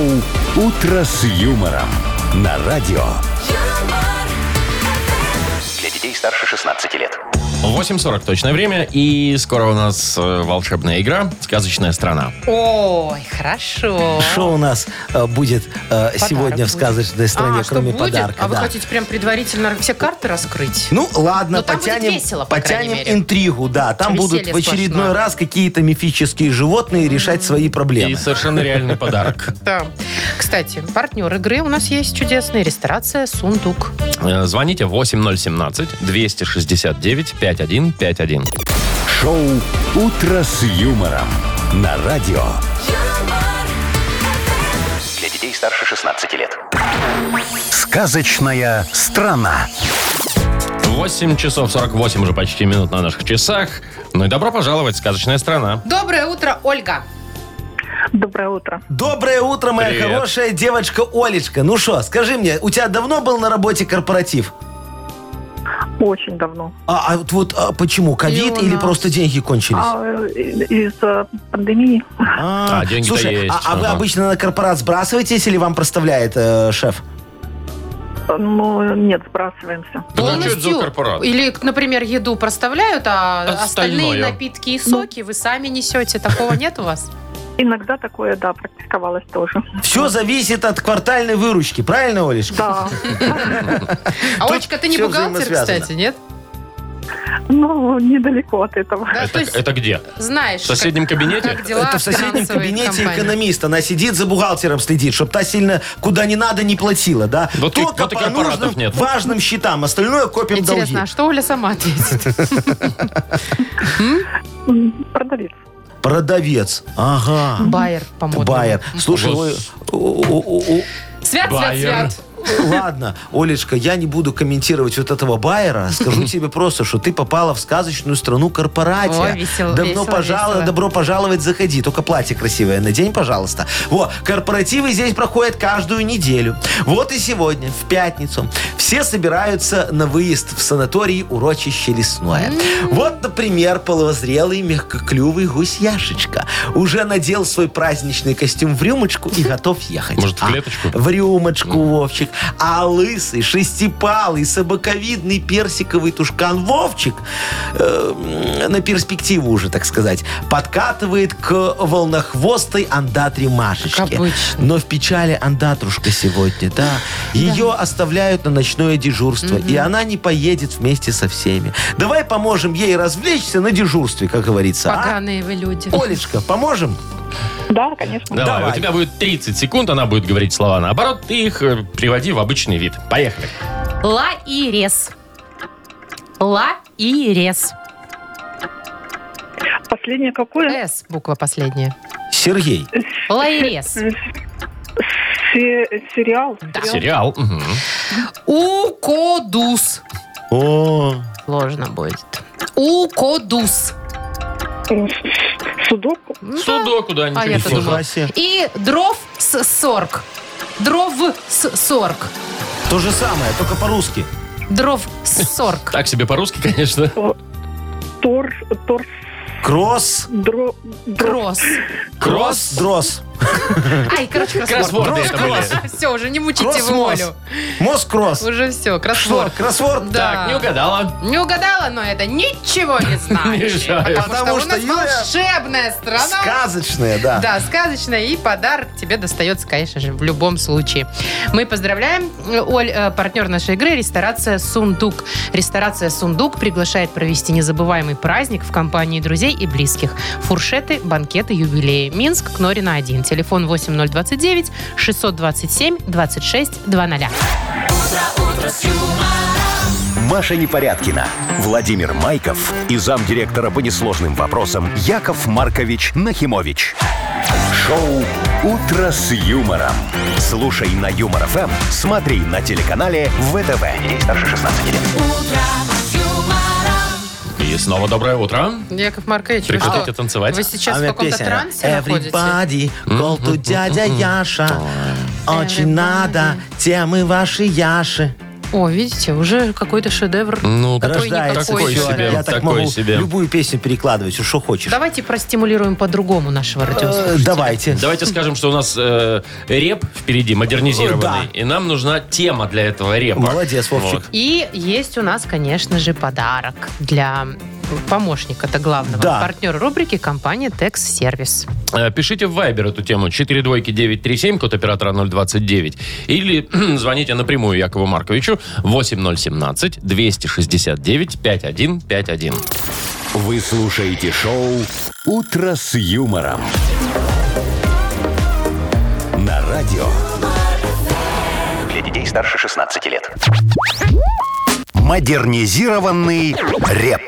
A: «Утро с юмором» на радио.
F: Для детей старше 16 лет.
B: 8.40 точное время, и скоро у нас э, волшебная игра «Сказочная страна».
C: Ой, хорошо.
D: Что у нас э, будет э, сегодня в
C: будет.
D: сказочной стране,
C: а, что
D: кроме
C: будет?
D: подарка?
C: А вы
D: да.
C: хотите прям предварительно все карты раскрыть?
D: Ну, ладно,
C: Но там будет
D: потянем,
C: весело, по крайней
D: потянем
C: мере.
D: интригу, да. Там будут
C: Веселье
D: в очередной
C: сплошное.
D: раз какие-то мифические животные решать свои проблемы.
B: И совершенно реальный подарок.
C: Да. Кстати, партнер игры у нас есть чудесный. Ресторация «Сундук».
B: Э, Звоните 8017-269-5151.
A: Шоу «Утро с юмором» на радио.
H: юмор,
F: Для детей старше 16 лет.
A: Сказочная страна.
B: 8 часов 48 уже почти минут на наших часах. Ну и добро пожаловать, «Сказочная страна».
C: Доброе утро, Ольга.
E: Доброе утро.
D: Доброе утро, моя
B: Привет.
D: хорошая девочка Олечка. Ну что, скажи мне, у тебя давно был на работе корпоратив?
E: Очень давно.
D: А, а вот, вот а почему? Ковид
C: у
D: или
C: нас.
D: просто деньги кончились?
E: А, э, из э, пандемии
D: А,
B: А, деньги-то
D: слушай,
B: есть,
D: а, а вы
B: ага.
D: обычно на корпорат сбрасываетесь или вам проставляет э, шеф?
E: э, ну, нет, сбрасываемся.
B: Да ну, что это за корпорат?
C: Или, например, еду проставляют, а
B: Остальное.
C: остальные напитки и соки вы сами несете. Такого нет
B: *laughs*
C: у вас?
E: Иногда такое, да, практиковалось тоже.
C: Ну.
D: Все зависит от квартальной выручки, правильно, Олечка?
B: *laughs*
E: Да.
C: А
D: Тут
C: Олечка, ты не
D: всё
C: бухгалтер,
D: взаимосвязано.
C: кстати, нет?
E: Ну, недалеко от этого.
B: Это,
C: Да, а то есть
B: это где?
C: знаешь,
B: В соседнем
C: как,
B: кабинете?
C: как дела
D: Это в соседнем
C: финансовой
D: кабинете
C: компании.
D: экономиста. Она сидит за бухгалтером следит, чтобы та сильно куда не надо не платила, да?
B: Вот и-
D: Только
B: вот и
D: по
B: корпоратов
D: нужным
B: нет.
D: важным счетам. Остальное копим долги.
C: Интересно, а что Оля сама ответит?
E: М, Продавец.
D: Продавец. Ага.
C: Байер, по-моему.
D: *laughs* Байер.
C: ну.
D: Слушай,
B: Вот.
D: о- о- о- о-
C: Свят, свят,
B: Байер.
C: свят.
D: Ладно, Олечка, я не буду комментировать вот этого Байера. Скажу тебе просто, что ты попала в сказочную страну корпоратия.
C: Ой, весело,
D: Давно
C: весело,
D: пожаловать,
C: весело.
D: добро пожаловать, заходи. Только платье красивое надень, пожалуйста. Во, корпоративы здесь проходят каждую неделю. Вот и сегодня, в пятницу, все собираются на выезд в санаторий урочище лесное. Вот, например, половозрелый мягкоклювый гусь Яшечка уже надел свой праздничный костюм в рюмочку и готов ехать.
B: Может, в
D: А,
B: клеточку?
D: в рюмочку, Вовчик. А лысый, шестипалый, собаковидный персиковый тушкан Вовчик э, м, на перспективу уже, так сказать, подкатывает к волнохвостой андатре Машечке.
C: Как обычно.
D: Но в печали андатрушка сегодня, да. Ее оставляют на ночное дежурство, и она не поедет вместе со всеми. Давай поможем ей развлечься на дежурстве, как говорится. а?
C: Поганые вы люди.
D: Олечка, поможем?
E: Да, конечно.
B: Давай,
D: Давай.
B: у тебя будет 30 секунд, она будет говорить слова наоборот, ты их э, приводи в обычный вид. Поехали.
C: Ла и рез. Ла и рез.
E: Последнее какое?
C: С буква последняя.
D: Сергей.
C: Ла и рез.
E: Э, Се- Сериал.
B: Сериал. Мгм.
C: Укодус.
D: О,
C: Сложно будет. Укодус.
E: М, Э, Судок.
B: Судоку, да, ничего
C: А
B: не
C: я-то
B: сложно.
C: думала.
D: Вася.
C: И дров с сорк. Дров с сорк.
D: То же самое, только по-русски.
C: Дров с сорк.
B: Так себе по-русски, конечно.
E: э, Тор. Тор.
D: Кросс.
E: Дро. Дро.
C: Кросс.
D: Кросс. Дросс.
C: Ай, короче, кроссворд.
B: Кроссворды это были.
C: *laughs* Все, уже не мучите вы
D: Кросс-мосс.
C: Олю.
D: Мосс-кросс.
C: Уже все,
D: Что,
C: кроссворд.
D: кроссворд?
C: Да.
B: Так, не угадала.
C: Не угадала, но это
B: *laughs*
C: ничего не значит.
B: Мешает.
D: Потому
C: Потому что у
D: что, Юля,
C: нас волшебная страна.
D: Сказочная, да.
C: Да, сказочная. И подарок тебе достается, конечно же, в любом случае. Мы поздравляем. э, Оль, э, партнер нашей игры «Ресторация Сундук». «Ресторация Сундук» приглашает провести незабываемый праздник в компании друзей и близких. Фуршеты, банкеты, юбилеи. Минск, Кнорина 1. Телефон 8029-627-2600.
A: Маша Непорядкина, Владимир Майков и замдиректора по несложным вопросам Яков Маркович Нахимович. Шоу «Утро с юмором». Слушай на Юмор ФМ, смотри на телеканале ВТВ. Ей старше 16 лет.
B: И снова доброе утро.
C: Яков Маркович, вы
B: Прекратите
C: что,
B: танцевать.
C: Вы сейчас
D: А у
C: в
D: меня
C: каком-то
D: песня.
C: трансе находитесь?
D: Everybody, go to дядя Яша. Очень
C: Everybody.
D: надо темы ваши Яши.
C: О, видите, уже какой-то шедевр.
B: Ну,
C: Такой
D: Рождается
C: никакой.
D: всё.
B: Такой себе,
D: Я так
B: такой
D: могу
B: себе.
D: любую песню перекладывать, уж что хочешь.
C: Давайте простимулируем по-другому нашего
D: Э,
C: радиослушателя.
D: Давайте.
B: Давайте скажем, что у нас э, реп впереди, модернизированный.
D: Да.
B: И нам нужна тема для этого репа.
D: Молодец, Вовчик.
B: Вот.
C: И есть у нас, конечно же, подарок для помощника-то главного.
D: Да.
C: Партнер рубрики компания Текс Сервис.
B: Э, Пишите в Viber эту тему 42937, код оператора 029. Или *clears throat* звоните напрямую Якову Марковичу 8017 269 5151.
A: Вы слушаете шоу «Утро с юмором». На радио
F: Для детей старше 16 лет.
A: «Модернизированный реп».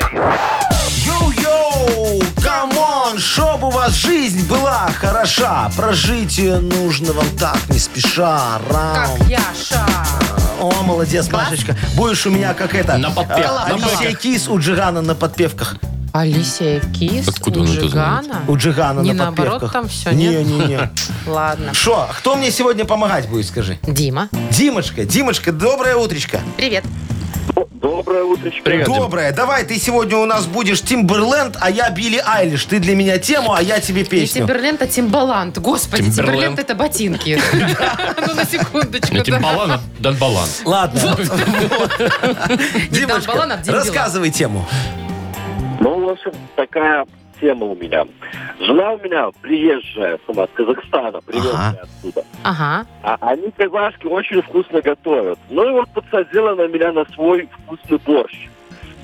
D: Йоу-йоу, камон, чтоб у вас жизнь была хороша, прожить ее нужно вам так, не спеша, раунд.
C: Яша!
D: О, молодец, Машечка. Будешь у меня как это...
B: На подпев,
D: а,
B: на
D: Алисия
B: бэках.
D: Кис у Джигана на подпевках.
C: Алисия Кис,
B: Откуда
C: у
B: он это
C: Джигана.
D: У Джигана
C: Не
D: на
C: наоборот
D: подпевках.
C: там всё, нет? *laughs*
D: Не-не-не.
C: Ладно.
D: Шо, кто мне сегодня помогать будет, скажи?
C: Дима.
D: Димочка, Димочка, доброе утречко.
C: Привет.
G: Доброе утречко.
B: Привет, Дим.
D: Доброе. Давай, ты сегодня у нас будешь Тимберленд, а я Билли Айлиш. Ты для меня тему, а я тебе
C: Не
D: песню.
C: Тимберленд, а Тимбалант. Господи,
B: Тимберленд.
C: Тимберленд
B: *laughs*
C: это ботинки. Ну, на секундочку.
B: Не
C: да.
B: Тимбалан, а Донбалан.
C: *laughs*
D: Ладно.
C: Не Дамбалан, а
D: Димочка,
C: Димбилан.
D: рассказывай тему.
H: Ну, в общем, такая тема у меня. Жена у меня приезжая сама, с Казахстана, привезла
D: Ага.
H: отсюда.
C: Ага.
H: А они казахские очень вкусно готовят. Ну и вот подсадила на меня на свой вкусный борщ.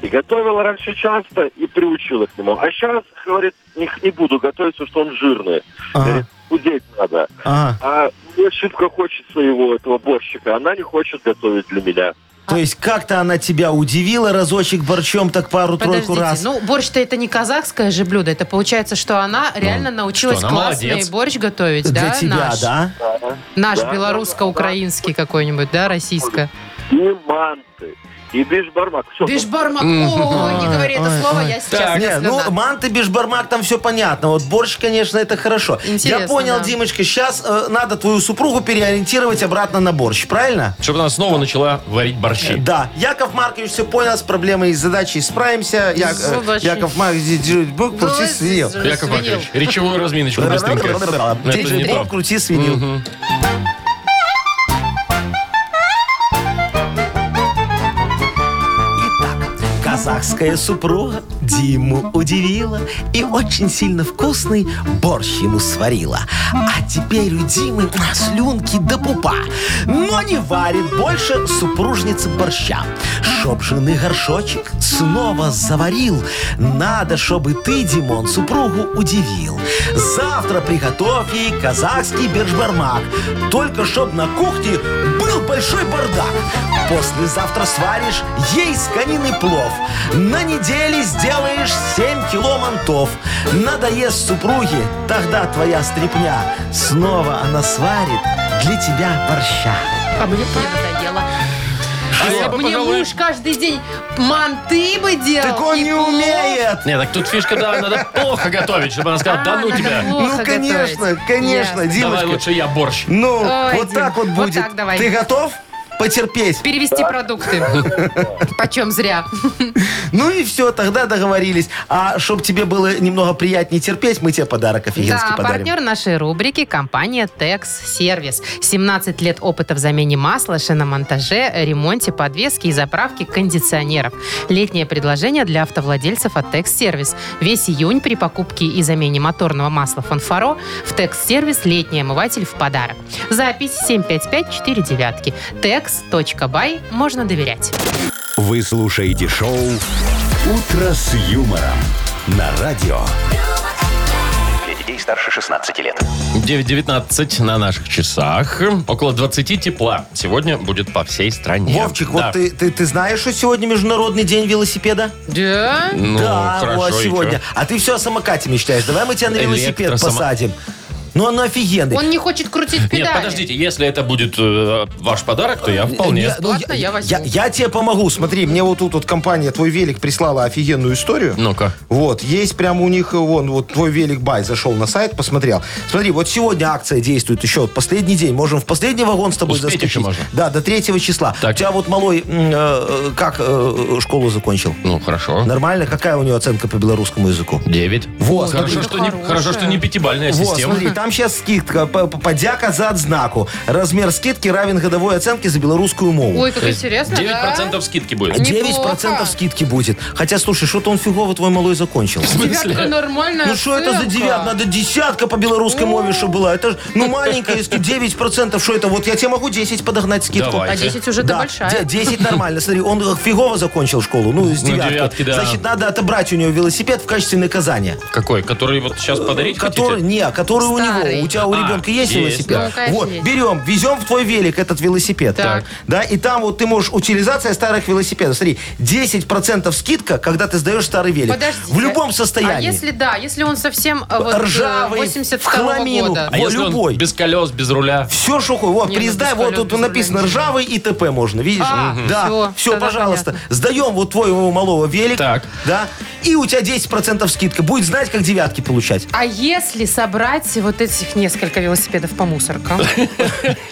H: И готовила раньше часто и приучила к нему. А сейчас, говорит, не, не буду готовить, потому что он жирный.
D: Ага,
G: А,
H: Говорит, худеть надо.
D: ага.
H: А мне шибко хочется его, этого борщика. Она не хочет готовить для меня.
C: А.
D: То есть как-то она тебя удивила разочек борчом так пару-тройку
C: Подождите,
D: раз.
C: ну борщ-то это не казахское же блюдо. Это получается, что она реально научилась
B: Ну, что, она
C: классный
B: молодец.
C: борщ готовить,
D: Для
C: да?
D: тебя,
C: наш,
D: да?
C: Наш
H: Да,
C: белорусско-украинский какой-нибудь, да, российско.
H: И манты, и бишбармак. Все,
C: Бишбармак.
B: Мгм.
C: Ой, не говори это
D: Ой,
C: слово,
D: ой.
C: я сейчас
D: Не,
C: слюна.
D: ну, манты, бишбармак, там все понятно. Вот борщ, конечно, это хорошо.
C: Интересно,
D: Я понял,
C: да.
D: Димочка, сейчас надо твою супругу переориентировать обратно на борщ, правильно?
B: Чтобы она снова начала варить борщи.
D: Да, Яков Маркович все понял, с проблемой и с задачей справимся. Я- э,
C: Задачей.
D: Яков Маркович, держи бок,
C: Ну,
D: крути свинил.
C: Да,
B: Яков Маркович, речевую разминочку быстренько. Ну, Это не
D: Держи
B: то.
D: бок, крути свинил.
B: Мгм.
D: Итак, казахская супруга Диму удивила и очень сильно вкусный борщ ему сварила. А теперь у Димы слюнки до пупа. Но не варит больше супружница борща. Чтоб жены горшочек снова заварил, надо, чтобы ты, Димон, супругу удивил. Завтра приготовь ей казахский бержбармак, только чтоб на кухне был большой бардак. Послезавтра сваришь ей с конины плов. На неделе сделаешь 7 кило мантов. Надоест супруге, тогда твоя стряпня. Снова она сварит для тебя борща.
C: А мне бы не надоело.
B: А я бы,
C: Мне
B: пожалуй,
C: муж каждый день манты бы делал.
D: Так он
C: и
D: не
C: плов.
D: умеет!
B: Не, так тут фишка, да, надо плохо готовить, чтобы она сказала,
C: А,
B: да ну
C: надо
B: тебя.
C: плохо
D: ну, конечно,
C: готовить.
D: конечно,
C: Ясно.
B: Давай
D: Димочка.
B: лучше я борщ.
D: Ну,
C: Ой,
D: вот
C: Дим,
D: так вот
C: вот
D: будет.
C: так давай.
D: Ты готов потерпеть?
C: Перевести
D: *laughs*
C: продукты. Почем зря.
D: Ну и все, тогда договорились. А чтобы тебе было немного приятнее терпеть, мы тебе подарок офигенский
C: Да,
D: подарим.
C: партнер нашей рубрики – компания «Текс Сервис». 17 лет опыта в замене масла, шиномонтаже, ремонте, подвески и заправке кондиционеров. Летнее предложение для автовладельцев от «Текс Сервис». Весь июнь при покупке и замене моторного масла «Фанфаро» в «Текс Сервис» летний омыватель в подарок. Запись 75549. Tex.by. Можно доверять.
A: Вы слушаете шоу «Утро с юмором» на радио.
F: Для детей старше 16 лет.
B: 9.19 на наших часах. Около 20 тепла. Сегодня будет по всей стране.
D: Вовчик,
B: Да.
D: вот ты, ты, ты знаешь, что сегодня международный день велосипеда?
C: Да?
B: Ну,
D: да,
B: хорошо,
D: вот
B: и чё?
D: сегодня. А ты все о самокате мечтаешь. Давай мы тебя на велосипед
B: Электросама-
D: посадим. Ну, он офигенный.
C: Он не хочет крутить педали.
B: Нет, подождите, если это будет э, ваш подарок, то я вполне...
D: Не, ну,
C: Бесплатно я возьму.
D: я, я тебе помогу. Смотри, мне вот тут вот компания «Твой велик» прислала офигенную историю.
B: Ну-ка.
D: Вот, есть прямо у них, э, вон, вот «Твой велик бай» зашел на сайт, посмотрел. Смотри, вот сегодня акция действует еще, вот последний день. Можем в последний вагон с тобой
B: Успеть
D: заскочить.
B: еще можно.
D: Да, до 3 числа.
B: Так.
D: У тебя вот малой, м, э, как э, школу закончил?
B: Ну, хорошо.
D: Нормально? Какая у него оценка по белорусскому языку?
B: 9.
D: Вот,
B: хорошо,
D: смотри.
B: что не,
C: Хорошая.
B: хорошо, что не пятибальная
D: Вот,
B: система.
D: смотри, там сейчас скидка, п- п- подяка за отзнаку. Размер скидки равен годовой оценке за белорусскую мову.
C: Ой, как интересно,
B: 9%
C: да?
B: скидки будет.
D: 9%
C: неплохо.
D: скидки будет. Хотя, слушай, что-то он фигово твой малой закончил.
C: Девятка нормальная
D: Ну что это за
C: оценка.
D: девятка? Надо десятка по белорусской мове, что была. Это ж, ну маленькая, если 9%, что это? Вот я тебе могу 10 подогнать скидку.
B: Давай.
C: А 10 уже то
D: Да,
C: большая.
D: де- 10 нормально. Смотри, он э, фигово закончил школу, ну, с
B: Ну,
D: девятки.
B: девятки, да.
D: Значит, надо отобрать у него велосипед в качестве наказания.
B: Который? Который вот сейчас подарить
D: Э, Который,
B: хотите?
D: не, который у
C: Старый.
D: него. У тебя у
B: А,
D: ребенка есть,
B: есть,
D: велосипед?
C: да. Ну,
D: вот,
C: конечно.
D: берем, везем в твой велик этот велосипед.
C: Так.
D: Да, и там вот ты можешь, утилизация старых велосипедов. Смотри, 10% скидка, когда ты сдаешь старый велик.
C: Подождите.
D: В любом состоянии.
C: А если, да, если он совсем э, вот, э,
D: Ржавый,
C: 82
D: в хламину.
C: года?
B: А
D: Во,
B: если он
D: любой.
B: без колес, без руля?
D: Все, что хочешь. Вот,
C: Не, ну,
D: приездай,
C: без
D: вот
C: колес,
D: тут
C: без
D: написано
C: рулей.
D: ржавый и ТП можно, видишь?
C: А,
D: Мгм. да,
C: всё,
D: все,
C: тогда
D: пожалуйста.
C: понятно.
D: Сдаем вот твоего малого велик.
B: Так.
D: Да, и у тебя 10% скидка. Будет знать, как девятки получать.
C: А если собрать вот этих несколько велосипедов по
D: *laughs*
C: мусоркам,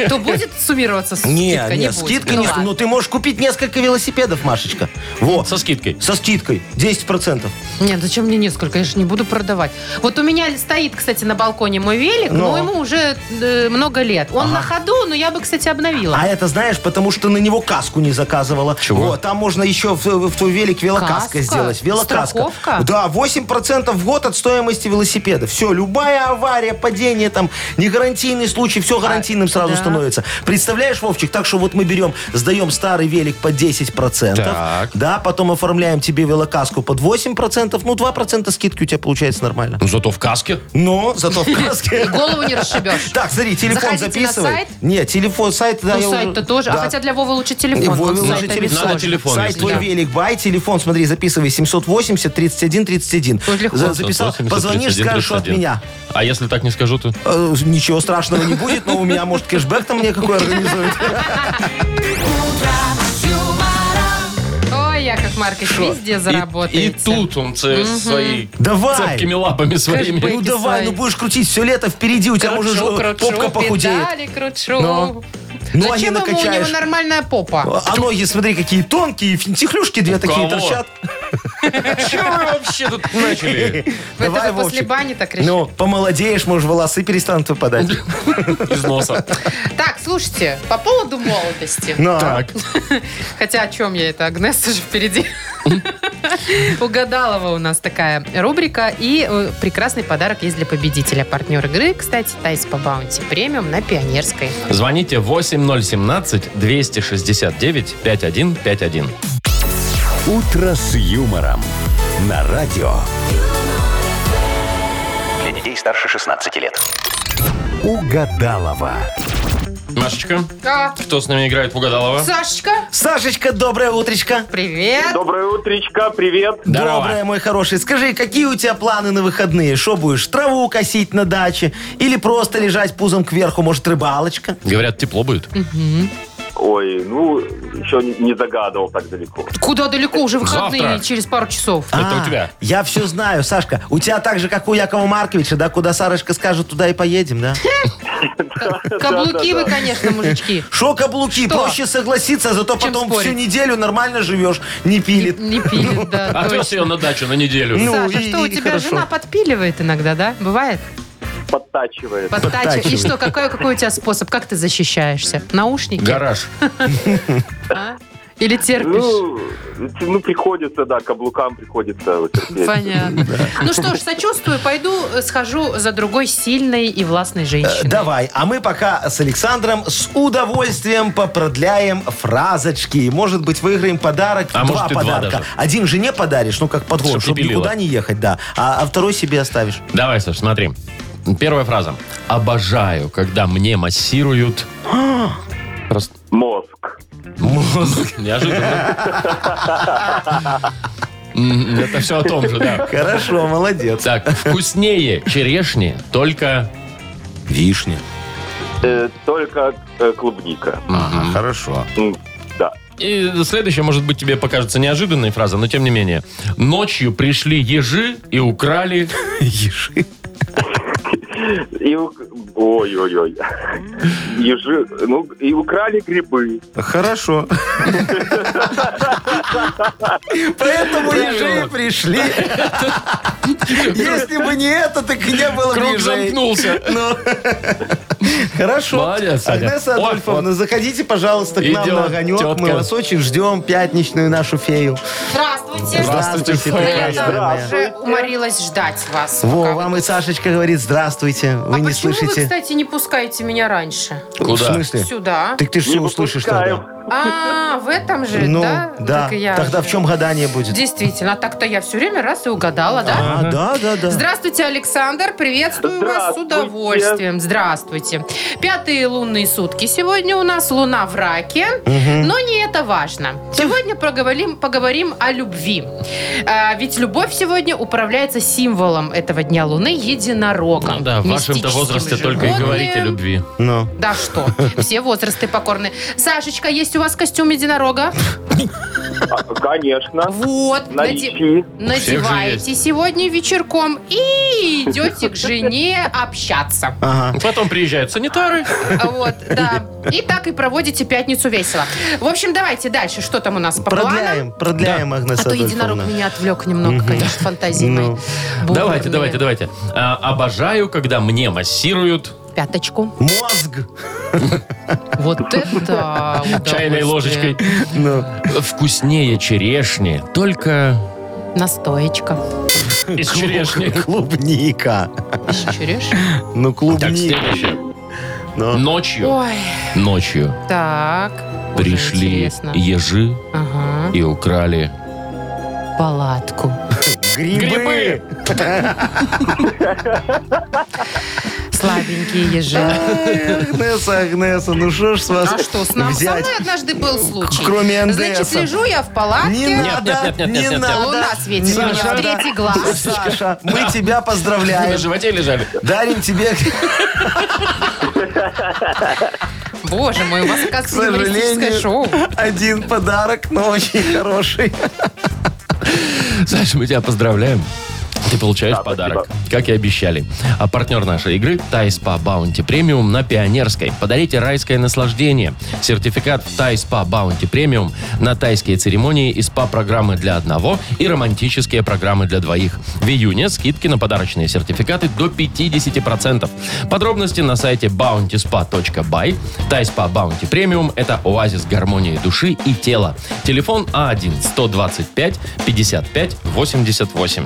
C: то будет суммироваться скидка?
D: Не, не,
C: будет.
D: скидка
C: Ну
D: не,
C: ладно.
D: ну ты можешь купить несколько велосипедов, Машечка. Вот.
B: Со скидкой.
D: Со скидкой 10%.
C: Нет, зачем мне несколько? Я же не буду продавать. Вот у меня стоит, кстати, на балконе мой велик, но,
D: Но.
C: ему уже э, много лет. Он на ходу, но я бы, кстати, обновила.
D: А это знаешь, потому что на него каску не заказывала.
B: Чего?
D: Вот, там можно еще в, в твой велик велокаска
C: Каска?
D: сделать. Велокаска.
C: Страховка?
D: Да, 8% в год от стоимости велосипеда. Все, любая авария, падение, там, негарантийный случай, все гарантийным сразу
C: А, да.
D: становится. Представляешь, Вовчик, так что вот мы берем, сдаем старый велик под 10%.
B: Так.
D: Да, потом оформляем тебе велокаску под 8%. Ну, 2% скидки у тебя получается нормально.
B: Ну, зато в каске.
D: Но зато в
C: *laughs*
D: каске...
C: Голову не
D: *laughs*
C: расшибешь.
D: Так, смотри, телефон
C: Заходите на
D: записывай.
C: сайт.
D: Нет, телефон, сайт, да,
C: Ну,
D: я уже-
C: сайт-то тоже. А
D: Да.
C: хотя для Вовы лучше телефон.
D: Вове
C: Он с
D: лучше
C: сайта
D: телефон.
C: ведь
B: Надо
C: сложно.
B: телефон,
D: Сайт
B: если
D: твой
B: да.
D: велик бай, телефон, смотри, записывай 780 31 31.
C: Ой, легко.
D: За- Записал,
B: 780,
D: позвонишь,
B: 31,
D: скажешь, что от
B: 31.
D: меня.
B: А если так не скажу, то...
D: Э, Ничего страшного не будет, но у меня, может, кэшбэк там мне
C: *laughs*
D: какой организует.
C: Ой, Яков Маркович, везде
B: И, и
C: заработаете.
B: тут он ц- свои
D: Давай.
B: цепкими лапами своими.
C: Кэшбэк.
B: *laughs*
D: Ну давай,
C: свои.
D: ну будешь крутить все лето впереди, у тебя
C: Кручу,
D: может э,
C: кручу,
D: попка похудеет.
C: педали кручу.
D: Ну. Ноги
C: Зачем ему? У него
D: накачаешь.
C: нормальная попа.
D: А ноги, смотри, какие тонкие, финтихлюшки две такие
B: кого?
D: торчат.
B: Чего вы вообще тут начали?
C: Это
D: Давай,
C: вы после
D: Вовчик.
C: бани так решили.
D: Ну, помолодеешь, может, волосы
C: *laughs*
D: перестанут выпадать.
B: Из носа.
C: Так, слушайте, по поводу молодости.
D: Ну,
B: Так.
C: Хотя о чем я это? Агнесса же впереди. *laughs* У Гадалова у нас такая рубрика. И э, прекрасный подарок есть для победителя. Партнер игры, кстати, Тайс по Баунти Премиум на Пионерской.
B: Звоните 8017-269-5151.
A: «Утро с юмором» на радио.
F: Для детей старше 16 лет.
A: Угадалова.
B: Машечка,
C: А,
B: кто с нами играет в Угадалова?
C: Сашечка,
D: Сашечка, доброе утречко.
C: привет.
G: Доброе утречко, привет.
B: Здорово.
D: Доброе, мой хороший. Скажи, какие у тебя планы на выходные? Что будешь, траву косить на даче? Или просто лежать пузом кверху? Может, рыбалочка?
B: Говорят, тепло будет.
G: Ой, ну, еще не- не загадывал так далеко.
H: *laughs*
C: Куда далеко? Уже выходные
B: Завтра.
C: через пару часов.
D: А,
B: Это у тебя.
D: Я все знаю, Сашка. У тебя так же, как у Якова Марковича, да? Куда Сарочка скажет, туда и
C: *laughs*
D: поедем, да?
C: Каблуки вы, конечно, мужички.
D: Шо каблуки?
C: Что?
D: Проще согласиться, а зато
C: Чем
D: потом
C: спорить?
D: всю неделю нормально живешь, не
C: Не,
D: пилит.
C: не пилит, да.
B: Отвез
C: точно.
B: ее А на дачу на неделю.
D: А, Ну,
C: Саша,
D: и-
C: что у
D: и
C: тебя
D: хорошо.
C: жена подпиливает иногда, да? Бывает?
G: Подтачивает.
C: Подтачивает. И
D: Подтачивает.
C: что, какой, какой у тебя способ? Как ты защищаешься? Наушники?
B: Гараж.
C: а? Или терпишь?
G: Ну, ну, приходится, да, каблукам приходится терпеть.
C: Понятно. Ну что ж, сочувствую, пойду э, схожу за другой сильной и властной женщиной.
D: Давай, а мы пока с Александром с удовольствием попродляем фразочки. Может быть, выиграем подарок.
B: А
D: два
B: может, и два
D: подарка.
B: даже.
D: Один жене подаришь, ну как подгон,
B: Чтоб
D: чтобы
B: не пилила.
D: никуда не ехать, да. А, а второй себе оставишь.
B: Давай, Саш, смотри. Первая фраза. Обожаю, когда мне массируют... Просто
G: Мозг.
B: неожиданно. М, Это все о том же, да.
D: Хорошо, молодец.
B: Так, вкуснее черешни, только
D: Вишня.
H: Э, только э, клубника.
D: Ага, хорошо.
H: М, Да.
B: И следующая, может быть, тебе покажется неожиданной фраза, но тем не менее. Ночью пришли ежи и украли...
D: Еши.
H: И у- Ой-ой-ой. Ежи... Ну, и украли грибы.
D: Хорошо. Поэтому ежи пришли. Если бы не это, так и не было бы
B: Круг
D: ежей.
B: замкнулся.
D: Ну. Хорошо.
B: Молодец, Саня.
D: Агнеса
B: Ой,
D: Адольфовна, заходите, пожалуйста, к нам
B: Идет
D: на огонек. Мы
B: тетка.
D: вас очень ждем пятничную нашу фею.
C: Здравствуйте.
B: Здравствуйте, фея.
D: прекрасная
C: Я
D: моя.
C: уже уморилась ждать вас.
D: Во,
C: Пока
D: вам
C: вы
D: и
C: тут-
D: Сашечка говорит, здравствуйте. Вы
C: а
D: не
C: почему вы,
D: слышите?
C: кстати, не пускаете меня раньше?
D: В
B: Куда?
D: смысле?
C: Сюда.
D: Так ты же
H: Не
D: все услышишь тогда.
H: выпускаем.
C: А, в этом же,
D: Ну,
C: да?
D: да.
C: Так и я
D: Тогда в
C: же.
D: чем гадание будет?
C: Действительно, а так-то я все время раз и угадала, да?
D: А, да, да, да.
C: Здравствуйте, Александр. Приветствую вас с
H: Здравствуйте.
C: удовольствием. Здравствуйте. Пятые лунные сутки сегодня у нас. Луна в раке. Но не это важно. Сегодня поговорим, поговорим о любви. А, ведь любовь сегодня управляется символом этого дня Луны единорогом.
B: Ну да, в вашем-то возрасте
C: Мистическим
B: только и говорите о
C: животным.
B: любви.
D: Ну.
C: Да что, все возрасты покорны. Сашечка, есть у вас костюм единорога?
H: А, Конечно.
C: Вот, наде-
H: Наличие.
B: всех же
C: надеваете сегодня вечерком и идете к жене общаться.
D: Ага.
B: Потом приезжают санитары.
C: Вот, да. И так и проводите пятницу весело. В общем, давайте дальше. Что там у нас по планам?
D: Продляем, продляем,
C: А
D: Агнеса
C: то единорог
D: Адольфовна.
C: меня отвлек немного, конечно, фантазии моей.
D: Ну.
C: Бу-
B: Давайте,
C: мне.
B: давайте, давайте. А, обожаю, когда мне массируют
C: Пяточку.
D: Ну, Мозг.
B: *laughs*
C: Вот это
B: чайной
C: удовольствие.
B: ложечкой.
D: Ну.
B: Вкуснее черешни, только
C: Настоечка.
B: *laughs* из черешни.
D: Клубника.
C: Ещё
B: *laughs*
C: череш.
D: Ну,
B: Так,
D: клубника.
B: следующее.
D: Ну.
B: Ночью,
C: Ой,
B: ночью
C: так. уже
B: пришли
C: интересно.
B: ежи
C: Ага.
B: и украли.
C: Палатку.
D: Грибы.
C: Слабенькие ежи.
D: Ай, Агнеса, Агнеса, ну что ж с вас
C: А что, с нам со
D: взять?
C: мной однажды был случай.
D: Кроме НДС.
C: Значит, лежу я в
D: Не
C: палатке.
D: надо,
B: нет, нет, нет, нет,
D: не
B: нет.
D: надо.
C: Луна светит
D: не
C: мне в
D: надо.
C: третий глаз.
D: Саша, мы тебя
B: На
D: поздравляем.
B: животе лежали.
D: Дарим тебе, к
C: Боже мой, у вас, оказывается, юмористическое шоу.
D: сожалению, один подарок, но очень хороший.
B: Саша, мы тебя поздравляем. Ты получаешь подарок, как и обещали. А партнер нашей игры – Тайспа Баунти Премиум на Пионерской. Подарите райское наслаждение. Сертификат в Тайспа Баунти Премиум на тайские церемонии и СПА-программы для одного и романтические программы для двоих. В июне скидки на подарочные сертификаты до 50%. Подробности на сайте bountyspa.by. Тайспа Баунти Премиум – это оазис гармонии души и тела. Телефон А А1-125-55-88.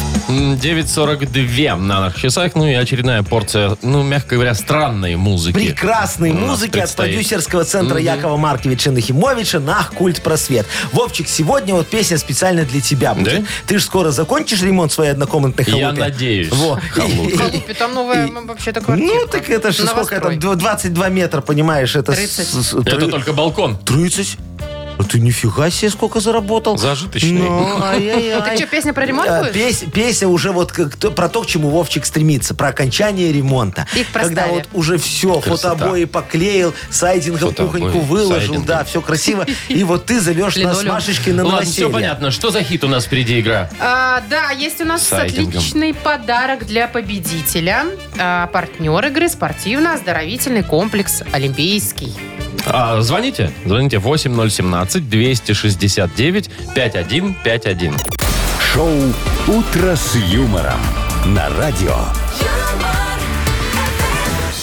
B: М, 9.42 на наших часах. Ну и очередная порция, ну, мягко говоря, странной музыки.
D: Прекрасной
B: у нас
D: музыки от
B: предстоит.
D: продюсерского центра Якова Марковича Нахимовича на культ просвет. Вовчик, сегодня вот песня специально для тебя будет.
B: Да?
D: Ты же скоро закончишь ремонт своей однокомнатной
B: Я
D: халупе.
B: надеюсь.
D: Во.
B: Халупе.
C: Халупе, там новая
D: И-
C: м, вообще-то квартира.
D: *laughs* Ну, так это же сколько там, дв- 22 метра, понимаешь, это... с-
C: 30.
D: с-
B: Это
D: тры-
B: только балкон.
D: 30? А ты нифига себе сколько заработал.
B: Зажиточный. *laughs*
D: Ну, ай-яй-яй.
C: Ты что, песня про ремонт
D: А,
C: будешь?
D: пес- песня уже вот как то- про то, к чему Вовчик стремится, про окончание ремонта.
C: Их
D: Когда
C: проставили.
D: вот уже все,
B: Красота.
D: фотообои поклеил, сайдингом
B: Фотообои,
D: кухоньку выложил,
B: сайдингом.
D: да, все красиво. И вот ты зовешь нас с
C: Линолеум.
D: Машечкой на
B: Ладно, все
D: новоселье.
B: понятно. Что за хит у нас впереди игра?
C: А, да, есть у нас
B: Сайдингом.
C: отличный подарок для победителя. А, партнер игры спортивно-оздоровительный комплекс «Олимпийский».
B: А, звоните. Звоните 8017-269-5151.
A: Шоу «Утро с юмором» на радио.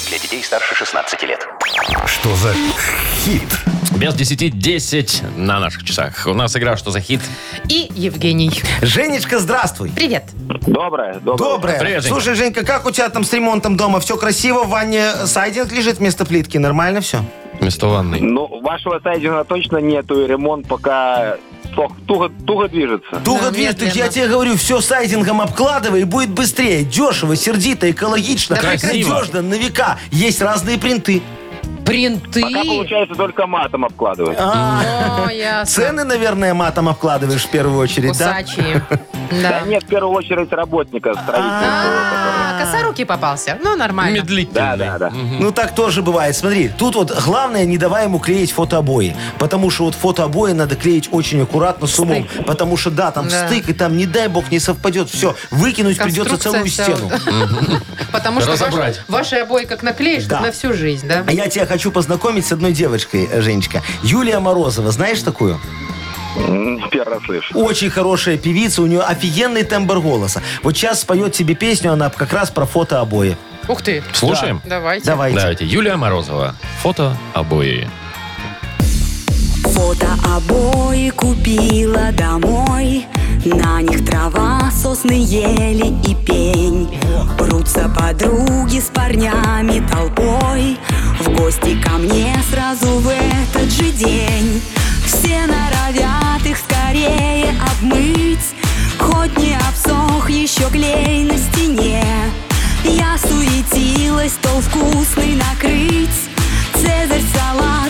F: Для детей старше 16 лет.
A: Что за хит?
B: Без 10-10 на наших часах. У нас игра «Что за хит?»
C: И Евгений.
D: Женечка, здравствуй.
C: Привет.
H: Доброе, доброе.
D: Доброе.
B: Привет, Женька.
D: Слушай, Женька, как у тебя там с ремонтом дома? Все красиво, в ванне э, сайдинг лежит вместо плитки, нормально все?
B: Вместо ванны.
H: Ну, вашего сайдинга точно нету, и ремонт пока плохо- туго, туго движется.
D: Туго
C: Да,
D: движет, так я
C: медленно.
D: тебе говорю, все сайдингом обкладывай, и будет быстрее, дешево, сердито, экологично,
B: Да прекрати.
D: надежно, на века. Есть разные принты.
C: Принты.
G: Пока получается только матом обкладывать.
C: А. О, ясно.
D: Цены, наверное, матом обкладываешь в первую очередь, да?
C: Кусачие. Да.
G: Да нет, в первую очередь работника строительства.
C: А, Косорукий попался. Ну, нормально.
G: Да,
B: Медлительный.
G: да, да.
D: Ну так тоже бывает. Смотри, тут вот главное не давай ему клеить фотообои. Потому что вот фотообои надо клеить очень аккуратно с умом. Потому что да, там
C: Да.
D: стык, и там, не дай бог, не совпадет. Все, выкинуть придется
C: Конструкция
D: целую стену.
C: целая. Потому что
B: Разобрать.
C: ваш- ваши обои как наклеишь, так
D: Да.
C: на всю жизнь, да?
D: А я тебя хочу познакомить с одной девочкой, э, Женечка. Юлия Морозова, знаешь такую?
G: М, Первый раз слышу.
D: Очень хорошая певица, у нее офигенный тембр голоса. Вот сейчас споет тебе песню, она как раз про фотообои.
C: Ух ты.
B: Слушаем?
C: Давайте.
D: Давайте.
B: Давайте. Юлия Морозова. Фото обои.
I: Фото обои купила домой На них трава, сосны, ели и пень Прутся подруги с парнями толпой В гости ко мне сразу в этот же день Все норовят их скорее обмыть Хоть не обсох еще клей на стене Я суетилась, стол вкусный накрыть Цезарь салат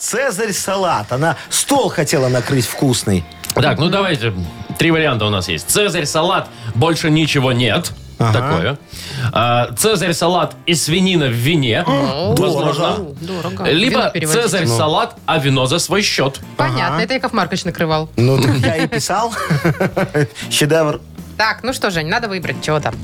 D: Цезарь салат. Она стол хотела накрыть вкусный.
B: Так, ну давайте. Три варианта у нас есть. Цезарь салат, больше ничего нет. Такое. А, Цезарь салат и свинина в вине. Возможно.
C: Дорого. Вино
B: Либо
C: переводить.
B: Цезарь
D: Ну.
B: салат, а вино за свой счет.
C: Понятно, это Яков Маркович накрывал.
D: Ну, так я и писал. *laughs* Шедевр.
C: Так, ну что, Жень, надо выбрать чего там.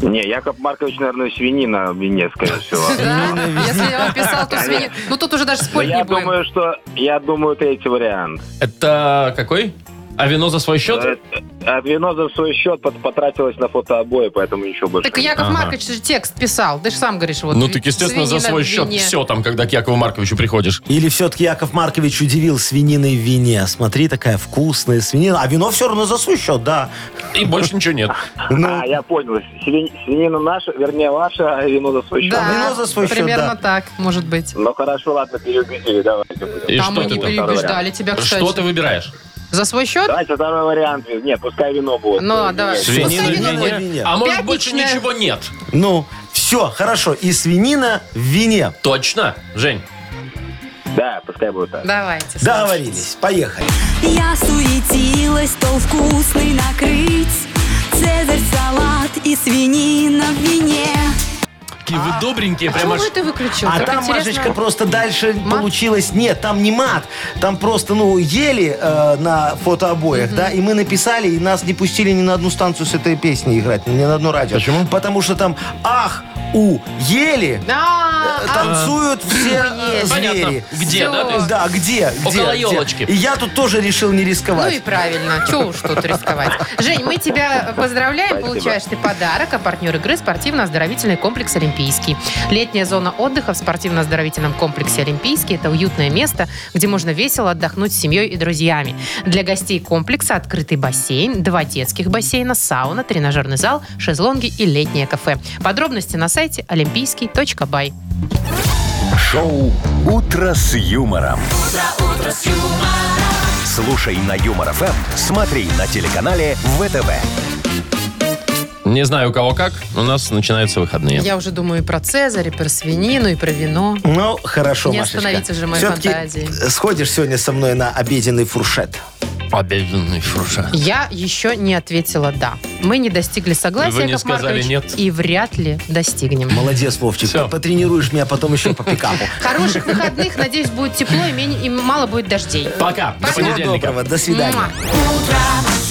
G: Не, Яков Маркович, наверное, свинина в вине, скорее
C: *laughs*
G: всего.
C: Да? Если я вам писал, то свиньи. Ну тут уже даже спорить не
G: Я
C: будем.
G: думаю, что... Я думаю, третий вариант.
B: Это какой? А вино за свой
D: Э,
B: счет?
G: А вино за свой счет пот- потратилось на фотообои, поэтому ничего больше.
C: Так Яков
B: Ага.
C: Маркович же текст писал. Ты же сам говоришь, вот
B: ну, так, естественно, за
C: свинина
B: свой
C: в
B: счет
C: вине.
B: все там, когда к Якову Марковичу приходишь.
D: Или все-таки Яков Маркович удивил свининой в вине. Смотри, такая вкусная свинина. А вино все равно за свой счет, да.
B: И больше ничего
C: *laughs*
B: нет.
D: Ну,
G: А, я понял. Свин- Свинина наша, вернее, ваша, а вино за свой счет.
C: Да,
D: Вино за свой счет,
C: примерно
D: да.
C: так, может быть.
G: Ну хорошо, ладно, переубедили, давайте.
B: И что
C: там мы
B: ты
C: не
B: там?
C: переубеждали тебя, кстати.
B: Что ты выбираешь?
C: За свой счет?
G: Давайте второй вариант. Нет, пускай вино будет.
C: Ну, а давай.
D: Свинина
C: Пускай
D: в
C: вино
D: вине.
C: будет.
D: вине.
B: А может, больше
C: Пятничная.
B: ничего нет?
D: ну, все, хорошо. И свинина в вине.
B: Точно, Жень?
G: Да, пускай будет так.
C: Давайте.
D: Договорились. Поехали.
I: Я суетилась, стол вкусный накрыть Цезарь салат и свинина в вине
B: Какие вы добренькие, прямо
C: А. Почему
B: аж
C: ты выключил?
D: А
C: Как
D: там,
C: интересно.
D: Машечка, просто дальше
C: Мат?
D: получилось... Нет, там не мат. Там просто, ну, ели э, на фотообоях, да, и мы написали, и нас не пустили ни на одну станцию с этой песней играть, ни на одно радио.
B: Почему?
D: Потому что там «Ах, у, ели»,
C: А, а,
D: танцуют все э, звери.
B: Понятно. Где, да? то есть?
D: Да, где? где,
B: Около
D: где?
B: елочки.
D: И я тут тоже решил не
C: Ну и
D: рисковать.
C: правильно. Чего уж тут рисковать. Жень, мы тебя поздравляем. Получаешь ты подарок, а партнер игры спортивно-оздоровительный комплекс «Олимпийский». Летняя зона отдыха в спортивно-оздоровительном комплексе «Олимпийский» – это уютное место, где можно весело отдохнуть с семьей и друзьями. Для гостей комплекса открытый бассейн, два детских бассейна, сауна, тренажерный зал, шезлонги и летнее кафе. Подробности на сайте олимпийский.бай.
A: Шоу «Утро с юмором». Слушай на Юмор ФМ, смотри на телеканале ВТВ.
B: Не знаю, у кого как, у нас начинаются выходные.
C: Я уже думаю и про Цезарь, и про свинину, и про вино.
D: Ну, хорошо,
C: Не
D: Машечка.
C: остановить уже мои
D: Все-таки
C: фантазии.
D: сходишь сегодня со мной на обеденный фуршет.
B: Обеденный фруша.
C: Я еще не ответила «да». Мы не достигли согласия,
B: Вы не
C: Яков
B: сказали
C: Маркович,
B: «нет».
C: и вряд ли достигнем.
D: Молодец, Вовчик.
B: Всё.
D: Потренируешь меня а потом еще по пикапу.
C: Хороших выходных, надеюсь, будет тепло и, мень- и мало будет дождей.
B: Пока, до
D: Всего
B: понедельника.
D: доброго, до свидания.
C: Муа.
I: Утро